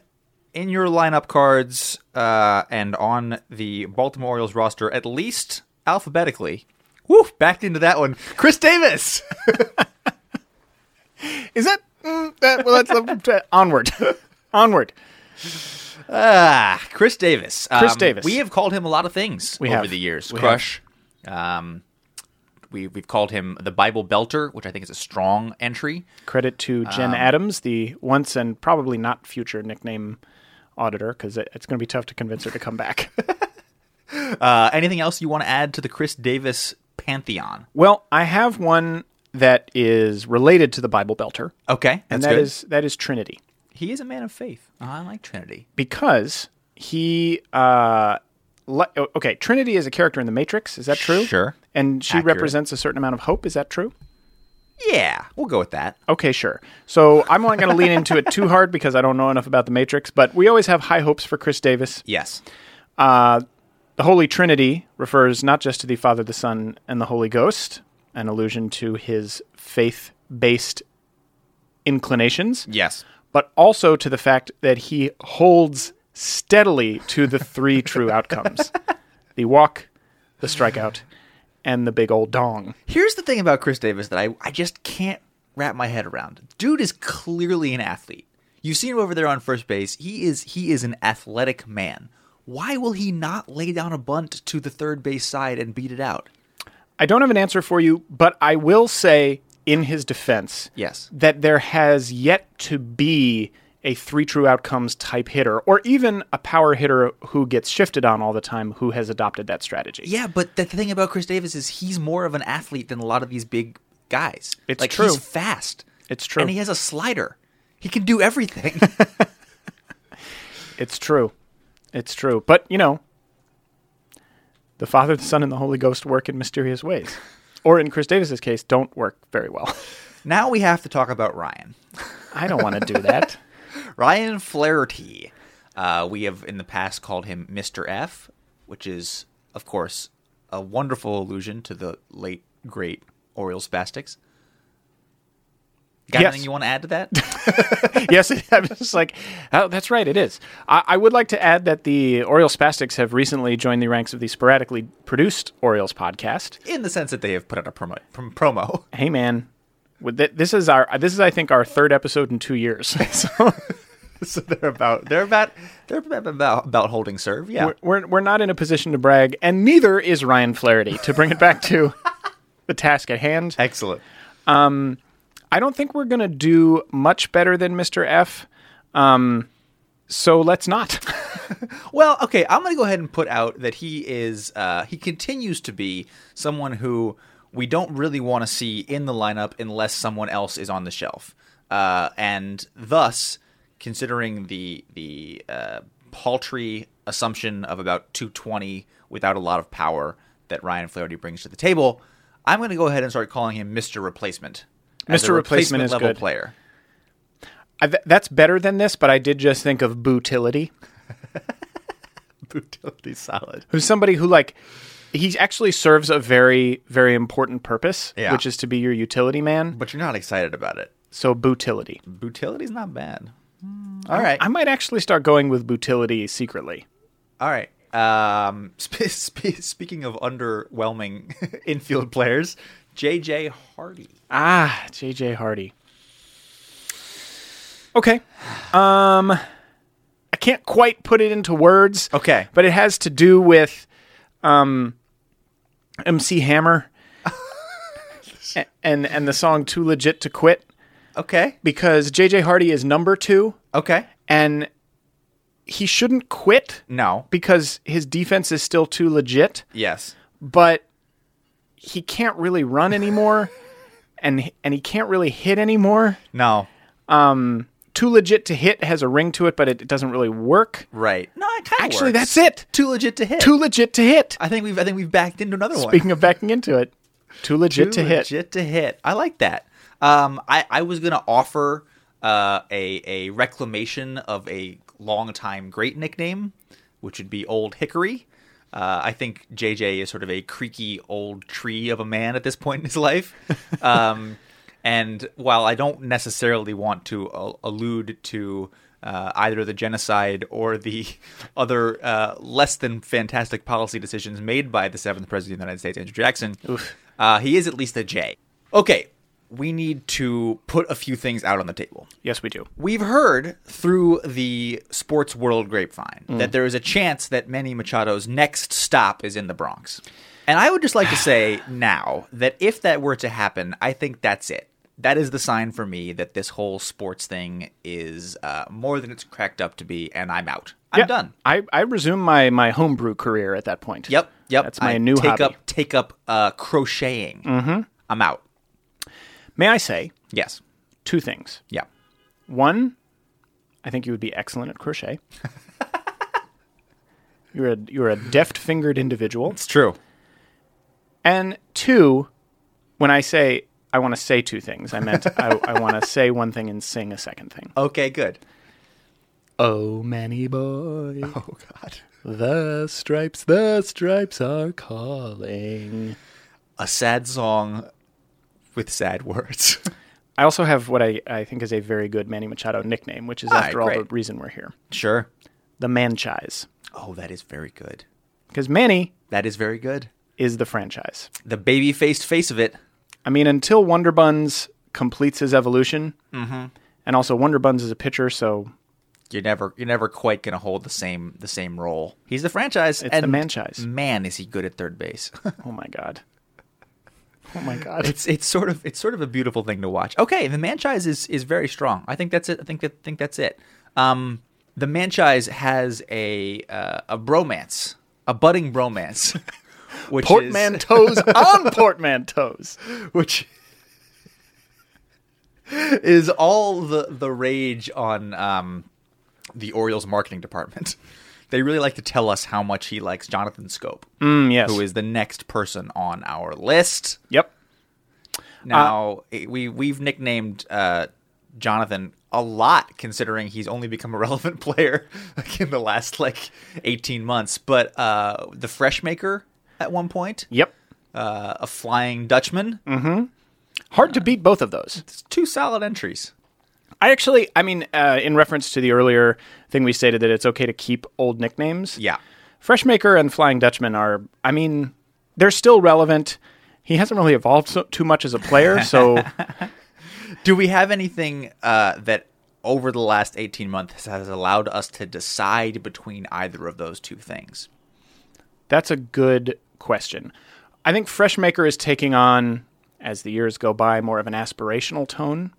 [SPEAKER 2] in your lineup cards uh, and on the Baltimore Orioles roster, at least alphabetically. Woof! Backed into that one, Chris Davis.
[SPEAKER 1] Is that, mm, that well? That's uh, onward, onward.
[SPEAKER 2] ah, Chris Davis.
[SPEAKER 1] Chris
[SPEAKER 2] Um,
[SPEAKER 1] Davis.
[SPEAKER 2] We have called him a lot of things
[SPEAKER 1] We
[SPEAKER 2] over
[SPEAKER 1] have.
[SPEAKER 2] the years.
[SPEAKER 1] We
[SPEAKER 2] Crush. Um, we we've called him the Bible Belter, which I think is a strong entry.
[SPEAKER 1] Credit to Jen Adams, the once and probably not future nickname auditor, because it, it's going to be tough to convince her to come back.
[SPEAKER 2] Uh, anything else you want to add to the Chris Davis pantheon?
[SPEAKER 1] well, I have one that is related to the Bible Belter,
[SPEAKER 2] Okay,
[SPEAKER 1] and
[SPEAKER 2] that's
[SPEAKER 1] that
[SPEAKER 2] good.
[SPEAKER 1] is that is Trinity,
[SPEAKER 2] Oh, he is a man of faith. I like Trinity.
[SPEAKER 1] because he uh, le- oh, okay, Trinity is a character in The Matrix. Is that true?
[SPEAKER 2] Sure.
[SPEAKER 1] And she
[SPEAKER 2] Accurate.
[SPEAKER 1] represents a certain amount of hope. Is that true?
[SPEAKER 2] Yeah, we'll go with that.
[SPEAKER 1] Okay, sure. So I'm not going to lean into it too hard because I don't know enough about The Matrix, but we always have high hopes for Chris Davis.
[SPEAKER 2] Yes.
[SPEAKER 1] The Holy Trinity refers not just to the Father, the Son, and the Holy Ghost, an allusion to his faith based inclinations,
[SPEAKER 2] Yes.
[SPEAKER 1] but also to the fact that he holds steadily to the three true outcomes the walk, the strikeout, and the big old dong.
[SPEAKER 2] Here's the thing about Chris Davis that I, I just can't wrap my head around. Dude is clearly an athlete. You've seen him over there on first base. He is he is an athletic man. Why will he not lay down a bunt to the third base side and beat it out?
[SPEAKER 1] I don't have an answer for you, but I will say in his defense
[SPEAKER 2] Yes.
[SPEAKER 1] that there has yet to be a three true outcomes type hitter or even a power hitter who gets shifted on all the time who has adopted that strategy.
[SPEAKER 2] Yeah, but the thing about Chris Davis is he's more of an athlete than a lot of these big guys.
[SPEAKER 1] It's
[SPEAKER 2] like
[SPEAKER 1] true.
[SPEAKER 2] he's fast.
[SPEAKER 1] It's true.
[SPEAKER 2] And he has a slider. He can do everything.
[SPEAKER 1] It's true. It's true. But, you know, the Father, the Son, and the Holy Ghost work in mysterious ways. Or in Chris Davis's case, don't work very well.
[SPEAKER 2] now we have to talk about Ryan.
[SPEAKER 1] I don't want to do that.
[SPEAKER 2] Ryan Flaherty. Uh, we have in the past called him Mr. F, which is, of course, a wonderful allusion to the late, great Orioles spastics. Got
[SPEAKER 1] Yes.
[SPEAKER 2] anything you want to add to that?
[SPEAKER 1] yes, it- I'm just like, oh, that's right, it is. I, I would like to add that the Orioles Spastics have recently joined the ranks of the sporadically produced Orioles podcast.
[SPEAKER 2] in the sense that they have put out a promo. Prom- promo.
[SPEAKER 1] Hey, man, with th- this is our this is I think our third episode in two years. so
[SPEAKER 2] so they're about they're about they're about about holding serve. Yeah.
[SPEAKER 1] we're, we're we're not in a position to brag, and neither is Ryan Flaherty. To bring it back to the task at hand,
[SPEAKER 2] Excellent.
[SPEAKER 1] I don't think we're gonna do much better than Mister F. Um, so let's not.
[SPEAKER 2] Well, okay, I'm going to go ahead and put out that he is uh, he continues to be someone who we don't really want to see in the lineup unless someone else is on the shelf, uh, and thus, considering the the uh, paltry assumption of about 220 without a lot of power that Ryan Flaherty brings to the table, I'm going to go ahead and start calling him Mr. Replacement. as a
[SPEAKER 1] Mr. Replacement is
[SPEAKER 2] level
[SPEAKER 1] good.
[SPEAKER 2] player.
[SPEAKER 1] I, th- that's better than this, but I did just think of Bootility.
[SPEAKER 2] Brutality solid.
[SPEAKER 1] who's somebody who like he actually serves a very very important purpose
[SPEAKER 2] Yeah.
[SPEAKER 1] which is to be your utility man
[SPEAKER 2] But you're not excited about it.
[SPEAKER 1] so bootility
[SPEAKER 2] Brutality's not bad. All right.
[SPEAKER 1] i might actually start going with bootility secretly
[SPEAKER 2] All right. Um, sp- sp- speaking of underwhelming infield players, JJ Hardy.
[SPEAKER 1] ah jj hardy okay um i can't quite put it into words
[SPEAKER 2] Okay.
[SPEAKER 1] but it has to do with um mc hammer A- and and the song too legit to quit
[SPEAKER 2] Okay.
[SPEAKER 1] because jj hardy is number two
[SPEAKER 2] Okay.
[SPEAKER 1] and he shouldn't quit
[SPEAKER 2] No.
[SPEAKER 1] because his defense is still too legit,
[SPEAKER 2] yes.
[SPEAKER 1] but he can't really run anymore and and he can't really hit anymore.
[SPEAKER 2] No.
[SPEAKER 1] Too legit to hit has a ring to it, but it, it doesn't really work.
[SPEAKER 2] Right. No. It kind
[SPEAKER 1] Actually, that's it.
[SPEAKER 2] Too legit to hit.
[SPEAKER 1] Too legit to hit.
[SPEAKER 2] I think we've I think we've backed into another one.
[SPEAKER 1] Speaking of backing into it, too legit to hit.
[SPEAKER 2] Legit to hit. I like that. Um, I, I was gonna offer uh, a a reclamation of a long time great nickname, which would be Old Hickory. Uh, I think JJ is sort of a creaky old tree of a man at this point in his life. Um, and while I don't necessarily want to al- allude to uh, either the genocide or the other uh, less than fantastic policy decisions made by the seventh president of the United States, Andrew Jackson, uh, he is at least a J. Okay, we need to put a few things out on the table.
[SPEAKER 1] Yes, we do.
[SPEAKER 2] We've heard through the sports world grapevine
[SPEAKER 1] Mm.
[SPEAKER 2] that there is a chance that Manny Machado's next stop is in the Bronx. And I would just like to say now that if that were to happen, I think that's it. That is the sign for me that this whole sports thing is uh, more than it's cracked up to be, and I'm out. I'm
[SPEAKER 1] Yeah,
[SPEAKER 2] done.
[SPEAKER 1] I, I resume my, my homebrew career at that point.
[SPEAKER 2] Yep, yep.
[SPEAKER 1] That's my
[SPEAKER 2] I
[SPEAKER 1] new
[SPEAKER 2] take
[SPEAKER 1] hobby.
[SPEAKER 2] up take up uh, crocheting. Mm-hmm. I'm out.
[SPEAKER 1] May I say
[SPEAKER 2] Yes.
[SPEAKER 1] two things?
[SPEAKER 2] Yeah.
[SPEAKER 1] One, I think you would be excellent at crochet. You're a you're a deft-fingered individual.
[SPEAKER 2] It's true.
[SPEAKER 1] And two, when I say I want to say two things, I meant I, I want to say one thing and sing a second thing.
[SPEAKER 2] Okay, good.
[SPEAKER 1] Oh, Manny boy,
[SPEAKER 2] Oh God.
[SPEAKER 1] the stripes, the stripes are calling.
[SPEAKER 2] A sad song with sad words.
[SPEAKER 1] I also have what I, I think is a very good Manny Machado nickname, which is
[SPEAKER 2] All right,
[SPEAKER 1] after all the
[SPEAKER 2] great.
[SPEAKER 1] reason we're here.
[SPEAKER 2] sure.
[SPEAKER 1] The Manchise.
[SPEAKER 2] Oh, that is very good.
[SPEAKER 1] Because Manny
[SPEAKER 2] That is very good.
[SPEAKER 1] is the franchise.
[SPEAKER 2] The baby faced face of it.
[SPEAKER 1] I mean, until Wonder Buns completes his evolution, and also Wonder Buns is a pitcher, so
[SPEAKER 2] You're never you're never quite gonna hold the same the same role. He's the franchise.
[SPEAKER 1] it's
[SPEAKER 2] and
[SPEAKER 1] the Manchise.
[SPEAKER 2] Man, is he good at third base?
[SPEAKER 1] Oh my god. Oh my god.
[SPEAKER 2] it's it's sort of it's sort of a beautiful thing to watch. Okay, the franchise is is very strong. I think that's it. I think that think that's it. Um, the franchise has a uh, a bromance, a budding bromance, which is
[SPEAKER 1] portmanteaus on portmanteaus.
[SPEAKER 2] which is all the the rage on um, the Orioles marketing department. They really like to tell us how much he likes Jonathan Scope,
[SPEAKER 1] Mm, yes.
[SPEAKER 2] who is the next person on our list.
[SPEAKER 1] Yep.
[SPEAKER 2] Now it- we we've nicknamed uh, Jonathan a lot, considering he's only become a relevant player like, in the last like eighteen months. But uh, the freshmaker at one point,
[SPEAKER 1] Yep.
[SPEAKER 2] uh, a flying Dutchman,
[SPEAKER 1] Hard to beat both of those.
[SPEAKER 2] it's two solid entries.
[SPEAKER 1] I actually, I mean, uh, in reference to the earlier thing we stated that it's okay to keep old nicknames.
[SPEAKER 2] Yeah,
[SPEAKER 1] Freshmaker and Flying Dutchman are, I mean, they're still relevant. He hasn't really evolved so, too much as a player, so
[SPEAKER 2] Do we have anything uh, that over the last 18 months has allowed us to decide between either of those two things?
[SPEAKER 1] that's a good question. I think Freshmaker is taking on, as the years go by, more of an aspirational tone,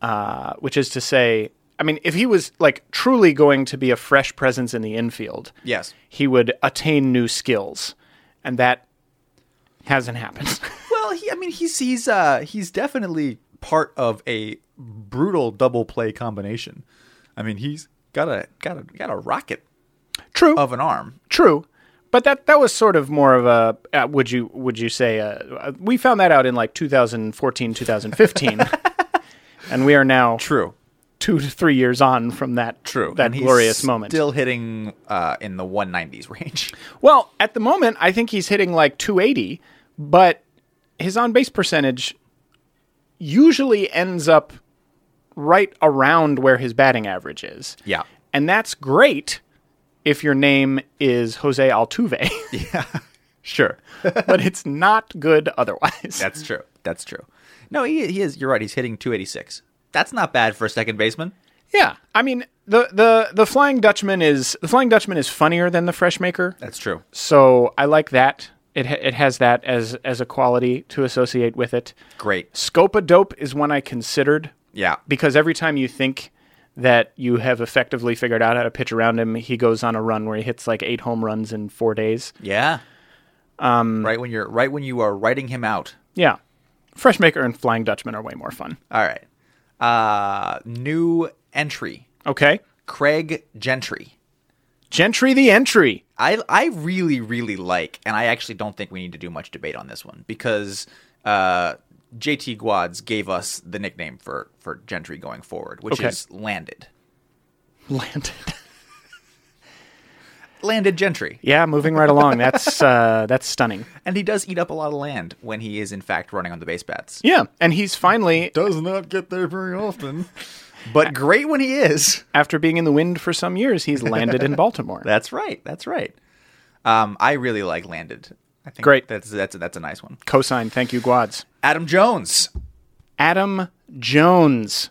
[SPEAKER 1] uh, which is to say, I mean, if he was like truly going to be a fresh presence in the infield,
[SPEAKER 2] Yes.
[SPEAKER 1] he would attain new skills, and that hasn't happened.
[SPEAKER 2] Well, he, I mean, he's he's uh, he's definitely part of a brutal double play combination. I mean, he's got a got a got a rocket
[SPEAKER 1] true,
[SPEAKER 2] of an arm.
[SPEAKER 1] true, but that that was sort of more of a uh, would you would you say uh, uh, we found that out in like 2014 2015, and we are now
[SPEAKER 2] True,
[SPEAKER 1] two to three years on from that
[SPEAKER 2] true.
[SPEAKER 1] that
[SPEAKER 2] And he's
[SPEAKER 1] glorious moment.
[SPEAKER 2] Still hitting uh, in the 190s range.
[SPEAKER 1] well, at the moment, I think he's hitting like 280, but his on base percentage usually ends up right around where his batting average is.
[SPEAKER 2] Yeah.
[SPEAKER 1] And that's great if your name is Jose Altuve,
[SPEAKER 2] Sure.
[SPEAKER 1] but it's not good otherwise.
[SPEAKER 2] That's true. That's true. No, he, he is. You're right. He's hitting 286. That's not bad for a second baseman.
[SPEAKER 1] yeah. I mean, the, the, the Flying Dutchman is the Flying Dutchman is funnier than the Freshmaker.
[SPEAKER 2] That's true.
[SPEAKER 1] So I like that. It ha- it has that as as a quality to associate with it.
[SPEAKER 2] Great.
[SPEAKER 1] Scopa dope is one I considered
[SPEAKER 2] Yeah.
[SPEAKER 1] because every time you think that you have effectively figured out how to pitch around him, he goes on a run where he hits like eight home runs in four days.
[SPEAKER 2] Yeah. Um, right when you're right when you are writing him out.
[SPEAKER 1] Yeah, Freshmaker and Flying Dutchman are way more fun.
[SPEAKER 2] All right. Uh, new entry.
[SPEAKER 1] Okay,
[SPEAKER 2] Craig Gentry.
[SPEAKER 1] Gentry the entry.
[SPEAKER 2] I I really really like, and I actually don't think we need to do much debate on this one because uh, JT Guads gave us the nickname for for Gentry going forward, which
[SPEAKER 1] Okay.
[SPEAKER 2] is landed.
[SPEAKER 1] Landed.
[SPEAKER 2] Landed Gentry.
[SPEAKER 1] yeah, moving right along. That's uh, that's stunning.
[SPEAKER 2] And he does eat up a lot of land when he is in fact running on the base paths.
[SPEAKER 1] Yeah, and he's finally
[SPEAKER 2] Does not get there very often. but great when he is.
[SPEAKER 1] after being in the wind for some years, he's landed in Baltimore.
[SPEAKER 2] That's right. That's right. Um, I really like landed. I think
[SPEAKER 1] Great.
[SPEAKER 2] That's that's that's a nice one.
[SPEAKER 1] Cosine. Thank you, Guads.
[SPEAKER 2] Adam Jones.
[SPEAKER 1] Adam Jones.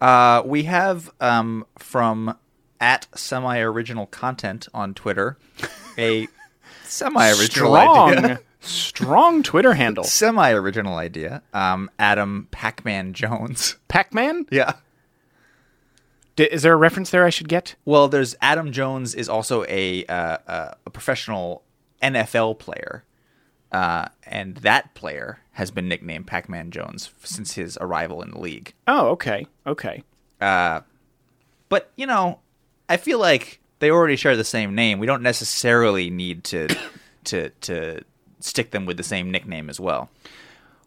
[SPEAKER 2] Uh, we have um, from at semi original content on Twitter a semi original idea.
[SPEAKER 1] Strong, strong Twitter handle.
[SPEAKER 2] Semi original idea. Um, Adam Pac Man Jones.
[SPEAKER 1] Pac Man?
[SPEAKER 2] Yeah.
[SPEAKER 1] D- is there a reference there I should get?
[SPEAKER 2] Well, there's Adam Jones is also a uh, uh, a professional NFL player, uh, and that player has been nicknamed Pac-Man Jones since his arrival in the league.
[SPEAKER 1] Oh, okay. Okay.
[SPEAKER 2] But you know, I feel like they already share the same name. We don't necessarily need to to to stick them with the same nickname as well.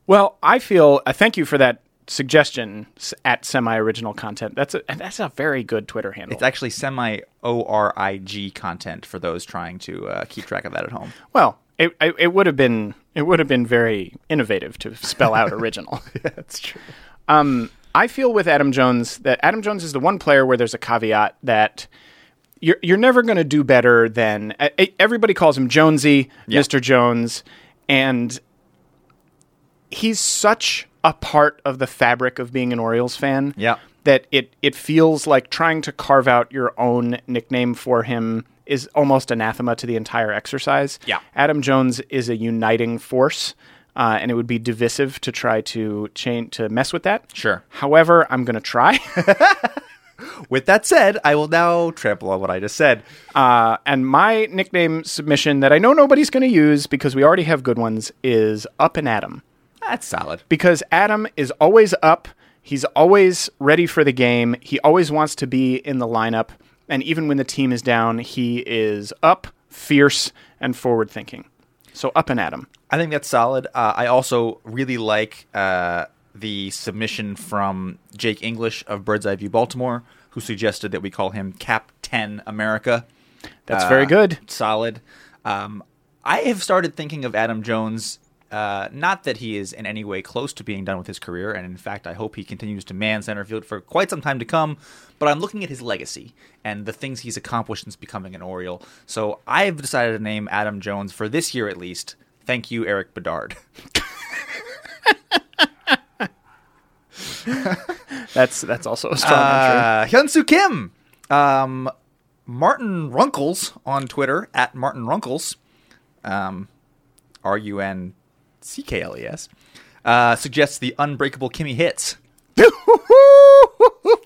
[SPEAKER 1] Well, I feel uh, thank you for that suggestion s- at semi original content. That's a and that's a very good Twitter handle.
[SPEAKER 2] It's actually semi O R I G content for those trying to uh, keep track of that at home.
[SPEAKER 1] well, it I- it would have been it would have been very innovative to spell out original.
[SPEAKER 2] That's true.
[SPEAKER 1] I feel with Adam Jones that Adam Jones is the one player where there's a caveat that you're you're never going to do better than e- e- everybody calls him Jonesy, Mr. Jones, and he's such a part of the fabric of being an Orioles fan.
[SPEAKER 2] Yeah.
[SPEAKER 1] That it it feels like trying to carve out your own nickname for him is almost anathema to the entire exercise.
[SPEAKER 2] Yeah.
[SPEAKER 1] Adam Jones is a uniting force, uh, and it would be divisive to try to change to mess with that.
[SPEAKER 2] Sure.
[SPEAKER 1] However, I'm going to try,
[SPEAKER 2] With that said, I will now trample on what I just said.
[SPEAKER 1] uh, and my nickname submission that I know nobody's going to use because we already have good ones is Up and Adam.
[SPEAKER 2] That's solid.
[SPEAKER 1] because Adam is always up. He's always ready for the game. He always wants to be in the lineup. And even when the team is down, he is up, fierce, and forward thinking. So up and Adam.
[SPEAKER 2] I think that's solid. Uh, I also really like uh, the submission from Jake English of Bird's Eye View Baltimore, who suggested that we call him Cap 10 America.
[SPEAKER 1] That's
[SPEAKER 2] Uh,
[SPEAKER 1] very good.
[SPEAKER 2] Solid. Um, I have started thinking of Adam Jones. Uh, not that he is in any way close to being done with his career, and in fact, I hope he continues to man center field for quite some time to come. But I'm looking at his legacy and the things he's accomplished since becoming an Oriole. So I've decided to name Adam Jones for this year at least. Thank you, Eric Bedard.
[SPEAKER 1] That's that's also a strong entry.
[SPEAKER 2] Uh, Hyunsoo Kim, um, Martin Runkles on Twitter at Martin Runkles, um, R U N C K L E S, uh, suggests the Unbreakable Kimmy Hits. Very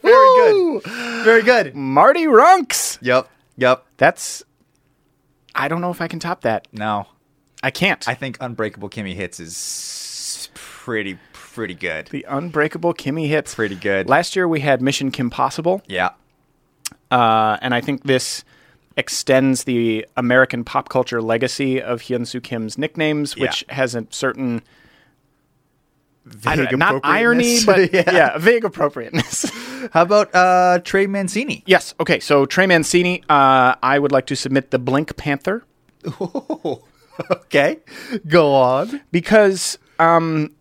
[SPEAKER 2] good. Very good.
[SPEAKER 1] Marty Runks.
[SPEAKER 2] Yep. Yep.
[SPEAKER 1] That's. I don't know if I can top that.
[SPEAKER 2] No,
[SPEAKER 1] I can't.
[SPEAKER 2] I think Unbreakable Kimmy Hits is pretty pretty good.
[SPEAKER 1] the unbreakable Kimmy hits.
[SPEAKER 2] Pretty good.
[SPEAKER 1] Last year we had Mission Kim Possible.
[SPEAKER 2] Yeah.
[SPEAKER 1] Uh, and I think this extends the American pop culture legacy of Hyunsoo Kim's nicknames, which has a certain I don't know, not irony, but yeah. vague appropriateness.
[SPEAKER 2] How about uh, Trey Mancini?
[SPEAKER 1] yes. Okay. So Trey Mancini, uh, I would like to submit the Blink Panther
[SPEAKER 2] Okay, go on.
[SPEAKER 1] because um,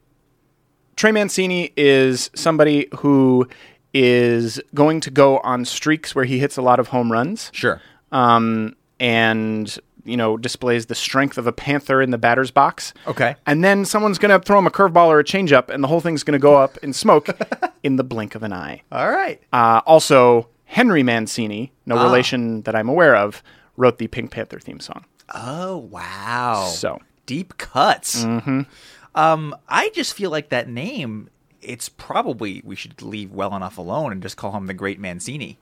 [SPEAKER 1] Trey Mancini is somebody who is going to go on streaks where he hits a lot of home runs.
[SPEAKER 2] Sure.
[SPEAKER 1] um, and you know displays the strength of a panther in the batter's box.
[SPEAKER 2] Okay.
[SPEAKER 1] And then someone's going to throw him a curveball or a changeup, and the whole thing's going to go up in smoke in the blink of an eye.
[SPEAKER 2] All right.
[SPEAKER 1] Uh, also, Henry Mancini, no relation that I'm aware of, wrote the Pink Panther theme song.
[SPEAKER 2] Oh wow!
[SPEAKER 1] So. Mm-hmm.
[SPEAKER 2] deep cuts. Um, I just feel like that name. It's probably we should leave well enough alone and just call him the Great Mancini,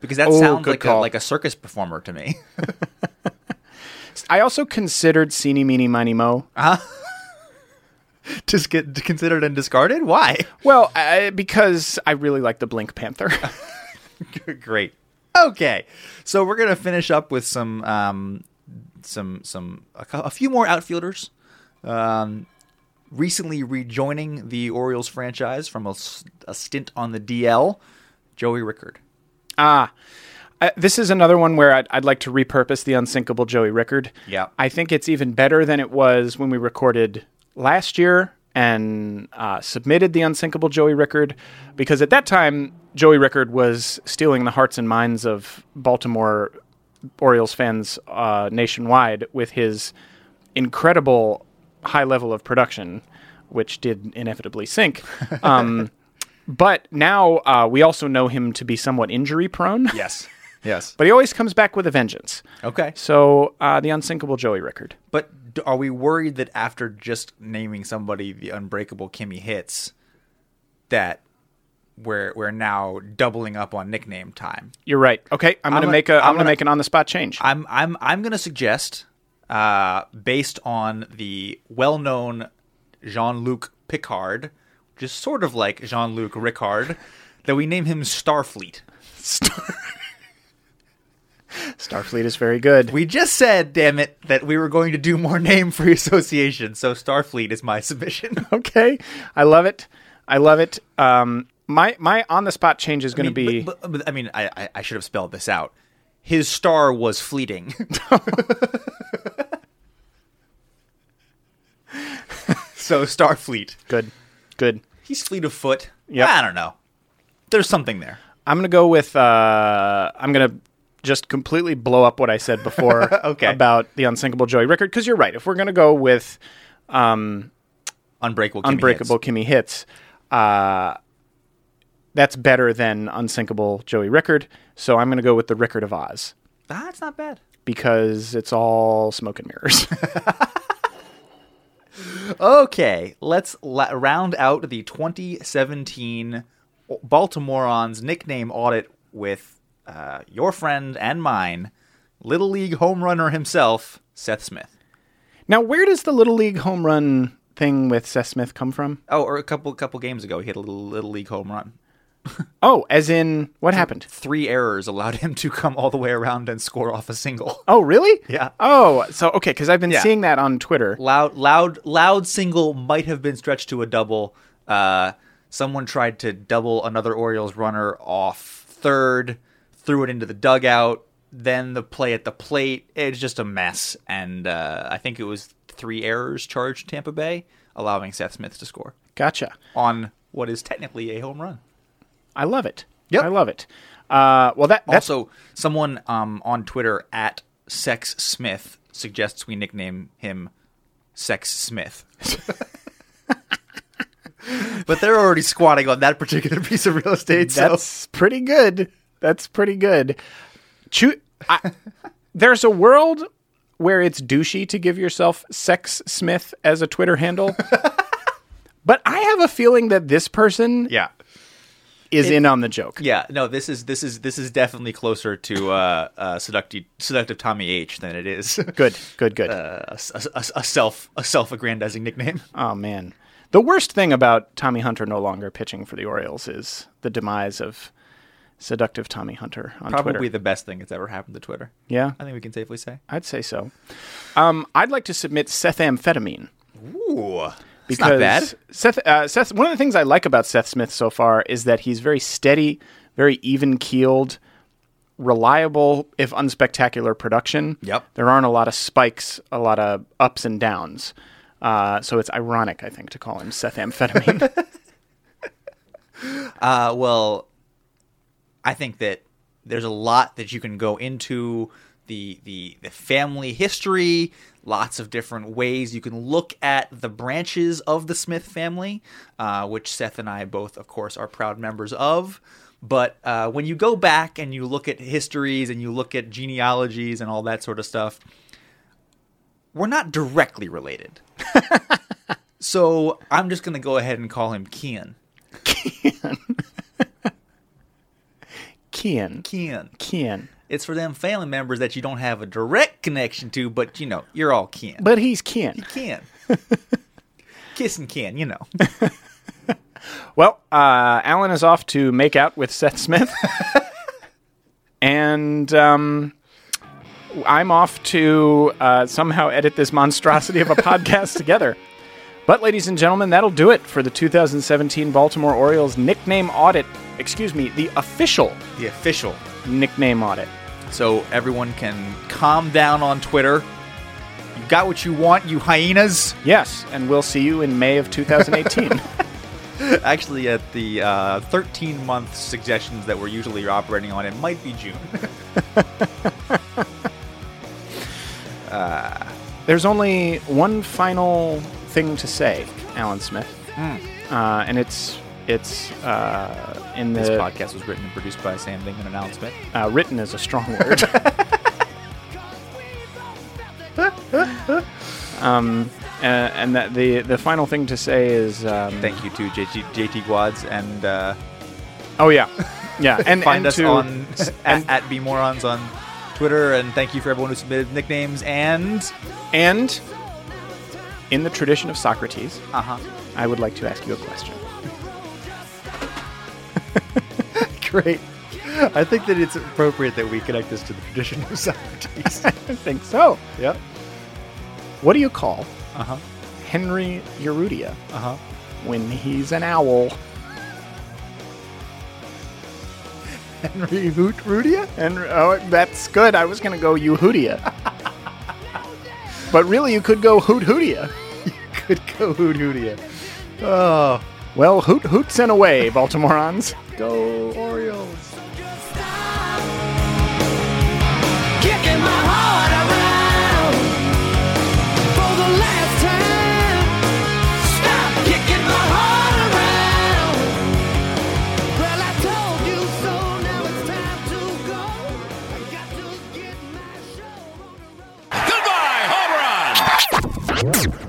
[SPEAKER 2] because that
[SPEAKER 1] Oh,
[SPEAKER 2] sounds
[SPEAKER 1] good
[SPEAKER 2] like a,
[SPEAKER 1] call.
[SPEAKER 2] like a circus performer to me.
[SPEAKER 1] I also considered Sini Meeny Miny Mo.
[SPEAKER 2] just get considered and discarded. Why?
[SPEAKER 1] Well, uh, because I really like the Blink Panther.
[SPEAKER 2] Great. Okay, so we're gonna finish up with some um, some some a, cou- a few more outfielders. Um, recently rejoining the Orioles franchise from a, s- a stint on the DL, Joey Rickard.
[SPEAKER 1] Ah, uh, this is another one where I'd, I'd like to repurpose the unsinkable Joey Rickard.
[SPEAKER 2] Yeah.
[SPEAKER 1] I think it's even better than it was when we recorded last year and uh, submitted the unsinkable Joey Rickard because at that time Joey Rickard was stealing the hearts and minds of Baltimore Orioles fans uh, nationwide with his incredible high level of production, which did inevitably sink. Um, but now uh, we also know him to be somewhat injury prone.
[SPEAKER 2] Yes. Yes.
[SPEAKER 1] But he always comes back with a vengeance.
[SPEAKER 2] Okay.
[SPEAKER 1] So uh, the unsinkable Joey Rickard.
[SPEAKER 2] But d- are we worried that after just naming somebody the unbreakable Kimmy Hits, that we're we're now doubling up on nickname time?
[SPEAKER 1] You're right. Okay, I'm gonna
[SPEAKER 2] gonna-
[SPEAKER 1] make a I'm,
[SPEAKER 2] I'm
[SPEAKER 1] gonna, Ah,
[SPEAKER 2] gonna-
[SPEAKER 1] make an on the spot change.
[SPEAKER 2] I'm I'm I'm gonna suggest, uh, based on the well-known Jean-Luc Picard, just sort of like Jean-Luc Ricard, that we name him Starfleet.
[SPEAKER 1] Star- Starfleet is very good.
[SPEAKER 2] We just said, damn it, that we were going to do more name free association, so Starfleet is my submission.
[SPEAKER 1] okay, I love it. I love it. Um, my my on the spot change is going to be
[SPEAKER 2] But, but- but, I mean, I, I, I should have spelled this out. His star was fleeting. so Starfleet.
[SPEAKER 1] good. Good.
[SPEAKER 2] He's fleet of foot.
[SPEAKER 1] Yep.
[SPEAKER 2] I don't know. There's something there.
[SPEAKER 1] I'm gonna go with. Uh, I'm gonna just completely blow up what I said before
[SPEAKER 2] Okay.
[SPEAKER 1] about the unsinkable Joey Rickard because you're right. If we're gonna go with
[SPEAKER 2] Unbreakable. Kimmy
[SPEAKER 1] unbreakable
[SPEAKER 2] Hits.
[SPEAKER 1] Kimmy hits, uh, that's better than unsinkable Joey Rickard. So I'm gonna go with the Rickard of Oz
[SPEAKER 2] Ah, it's not bad.
[SPEAKER 1] because it's all smoke and mirrors.
[SPEAKER 2] Okay, let's la- round out the 2017 Baltimoreans nickname audit with uh, your friend and mine, Little League home runner himself, Seth Smith.
[SPEAKER 1] now, where does the little league home run thing with Seth Smith come from?
[SPEAKER 2] Oh, or a couple couple games ago, he hit a little, little league home run.
[SPEAKER 1] Oh, as in what happened?
[SPEAKER 2] Three errors allowed him to come all the way around and score off a single.
[SPEAKER 1] Oh, really?
[SPEAKER 2] Yeah.
[SPEAKER 1] Oh, so okay, because I've been
[SPEAKER 2] Yeah.
[SPEAKER 1] seeing that on Twitter.
[SPEAKER 2] Loud, loud, loud single might have been stretched to a double. Uh, someone tried to double another Orioles runner off third, threw it into the dugout. Then the play at the plate, it's just a mess. And uh, I think it was three errors charged Tampa Bay, allowing Seth Smith to score
[SPEAKER 1] Gotcha.
[SPEAKER 2] on what is technically a home run.
[SPEAKER 1] I love it.
[SPEAKER 2] Yep.
[SPEAKER 1] I love it. Uh, well, that that's
[SPEAKER 2] also, someone um, on Twitter at Sex Smith suggests we nickname him Sex Smith. but they're already squatting on that particular piece of real estate. So
[SPEAKER 1] that's pretty good. That's pretty good. Choo- I, there's a world where it's douchey to give yourself Sex Smith as a Twitter handle, but I have a feeling that this person
[SPEAKER 2] yeah,
[SPEAKER 1] is in on the joke.
[SPEAKER 2] yeah. No, this is this is this is definitely closer to uh, uh, seductive seductive Tommy H than it is
[SPEAKER 1] Good, good, good.
[SPEAKER 2] a, a- a self a self aggrandizing nickname.
[SPEAKER 1] Oh man, the worst thing about Tommy Hunter no longer pitching for the Orioles is the demise of seductive Tommy Hunter on
[SPEAKER 2] Probably
[SPEAKER 1] Twitter.
[SPEAKER 2] the best thing that's ever happened to Twitter.
[SPEAKER 1] yeah,
[SPEAKER 2] I think we can safely say.
[SPEAKER 1] I'd say so. Um, I'd like to submit sethamphetamine
[SPEAKER 2] Ooh, it's
[SPEAKER 1] because Seth, uh, Seth. One of the things I like about Seth Smith so far is that he's very steady, very even keeled, reliable, if unspectacular production.
[SPEAKER 2] Yep.
[SPEAKER 1] There aren't a lot of spikes, a lot of ups and downs. Uh, so it's ironic, I think, to call him sethamphetamine.
[SPEAKER 2] Uh, well, I think that there's a lot that you can go into the the the family history, lots of different ways you can look at the branches of the Smith family, uh, which Seth and I both, of course, are proud members of. But uh, when you go back and you look at histories and you look at genealogies and all that sort of stuff, we're not directly related. so I'm just going to go ahead and call him Kian.
[SPEAKER 1] Kian.
[SPEAKER 2] Kian.
[SPEAKER 1] Kian.
[SPEAKER 2] It's for them family members that you don't have a direct connection to, but you know, you're all kin.
[SPEAKER 1] But he's Kian.
[SPEAKER 2] kin. Kissing kin, you know.
[SPEAKER 1] Well, uh, Alan is off to make out with Seth Smith, and um, I'm off to uh, somehow edit this monstrosity of a podcast together. But, ladies and gentlemen, that'll do it for the 2017 Baltimore Orioles nickname audit. Excuse me, the official
[SPEAKER 2] The official.
[SPEAKER 1] nickname audit.
[SPEAKER 2] So everyone can calm down on Twitter. You got what you want, you hyenas.
[SPEAKER 1] Yes, and we'll see you in May of 2018.
[SPEAKER 2] Actually, at the uh, 13 month suggestions that we're usually operating on, it might be June.
[SPEAKER 1] There's only one final thing to say, Alan Smith,
[SPEAKER 2] Hmm.
[SPEAKER 1] uh, and it's it's uh, in
[SPEAKER 2] this
[SPEAKER 1] the
[SPEAKER 2] podcast was written and produced by Sam Dingman and Alan Smith.
[SPEAKER 1] uh, written is a strong word. um, uh, and that the the final thing to say is um,
[SPEAKER 2] Thank you to JT, JT Guads and uh,
[SPEAKER 1] oh yeah, yeah, and
[SPEAKER 2] find
[SPEAKER 1] and
[SPEAKER 2] us
[SPEAKER 1] to,
[SPEAKER 2] on at, at bmorons on Twitter, and thank you for everyone who submitted nicknames. And
[SPEAKER 1] and in the tradition of Socrates,
[SPEAKER 2] uh huh,
[SPEAKER 1] I would like to ask you a question. Great.
[SPEAKER 5] I think that it's appropriate that we connect this to the tradition of Socrates.
[SPEAKER 1] I think so.
[SPEAKER 5] yep.
[SPEAKER 1] What do you call
[SPEAKER 5] Uh huh.
[SPEAKER 1] Henry Eurudia
[SPEAKER 5] Uh huh.
[SPEAKER 1] when he's an owl?
[SPEAKER 5] Henry Hoot Rudia?
[SPEAKER 1] And oh, that's good. I was gonna go Yehudia, but really you could go Hoot Hootia.
[SPEAKER 5] Good go Hoot Hootia. Oh,
[SPEAKER 1] Well, Hoot Hoots and away, Baltimoreans.
[SPEAKER 5] go Orioles.
[SPEAKER 6] Kicking my heart around for the last time. Stop kicking my heart around. Well, I told you so. Now it's time to go. I got to get my show on the road.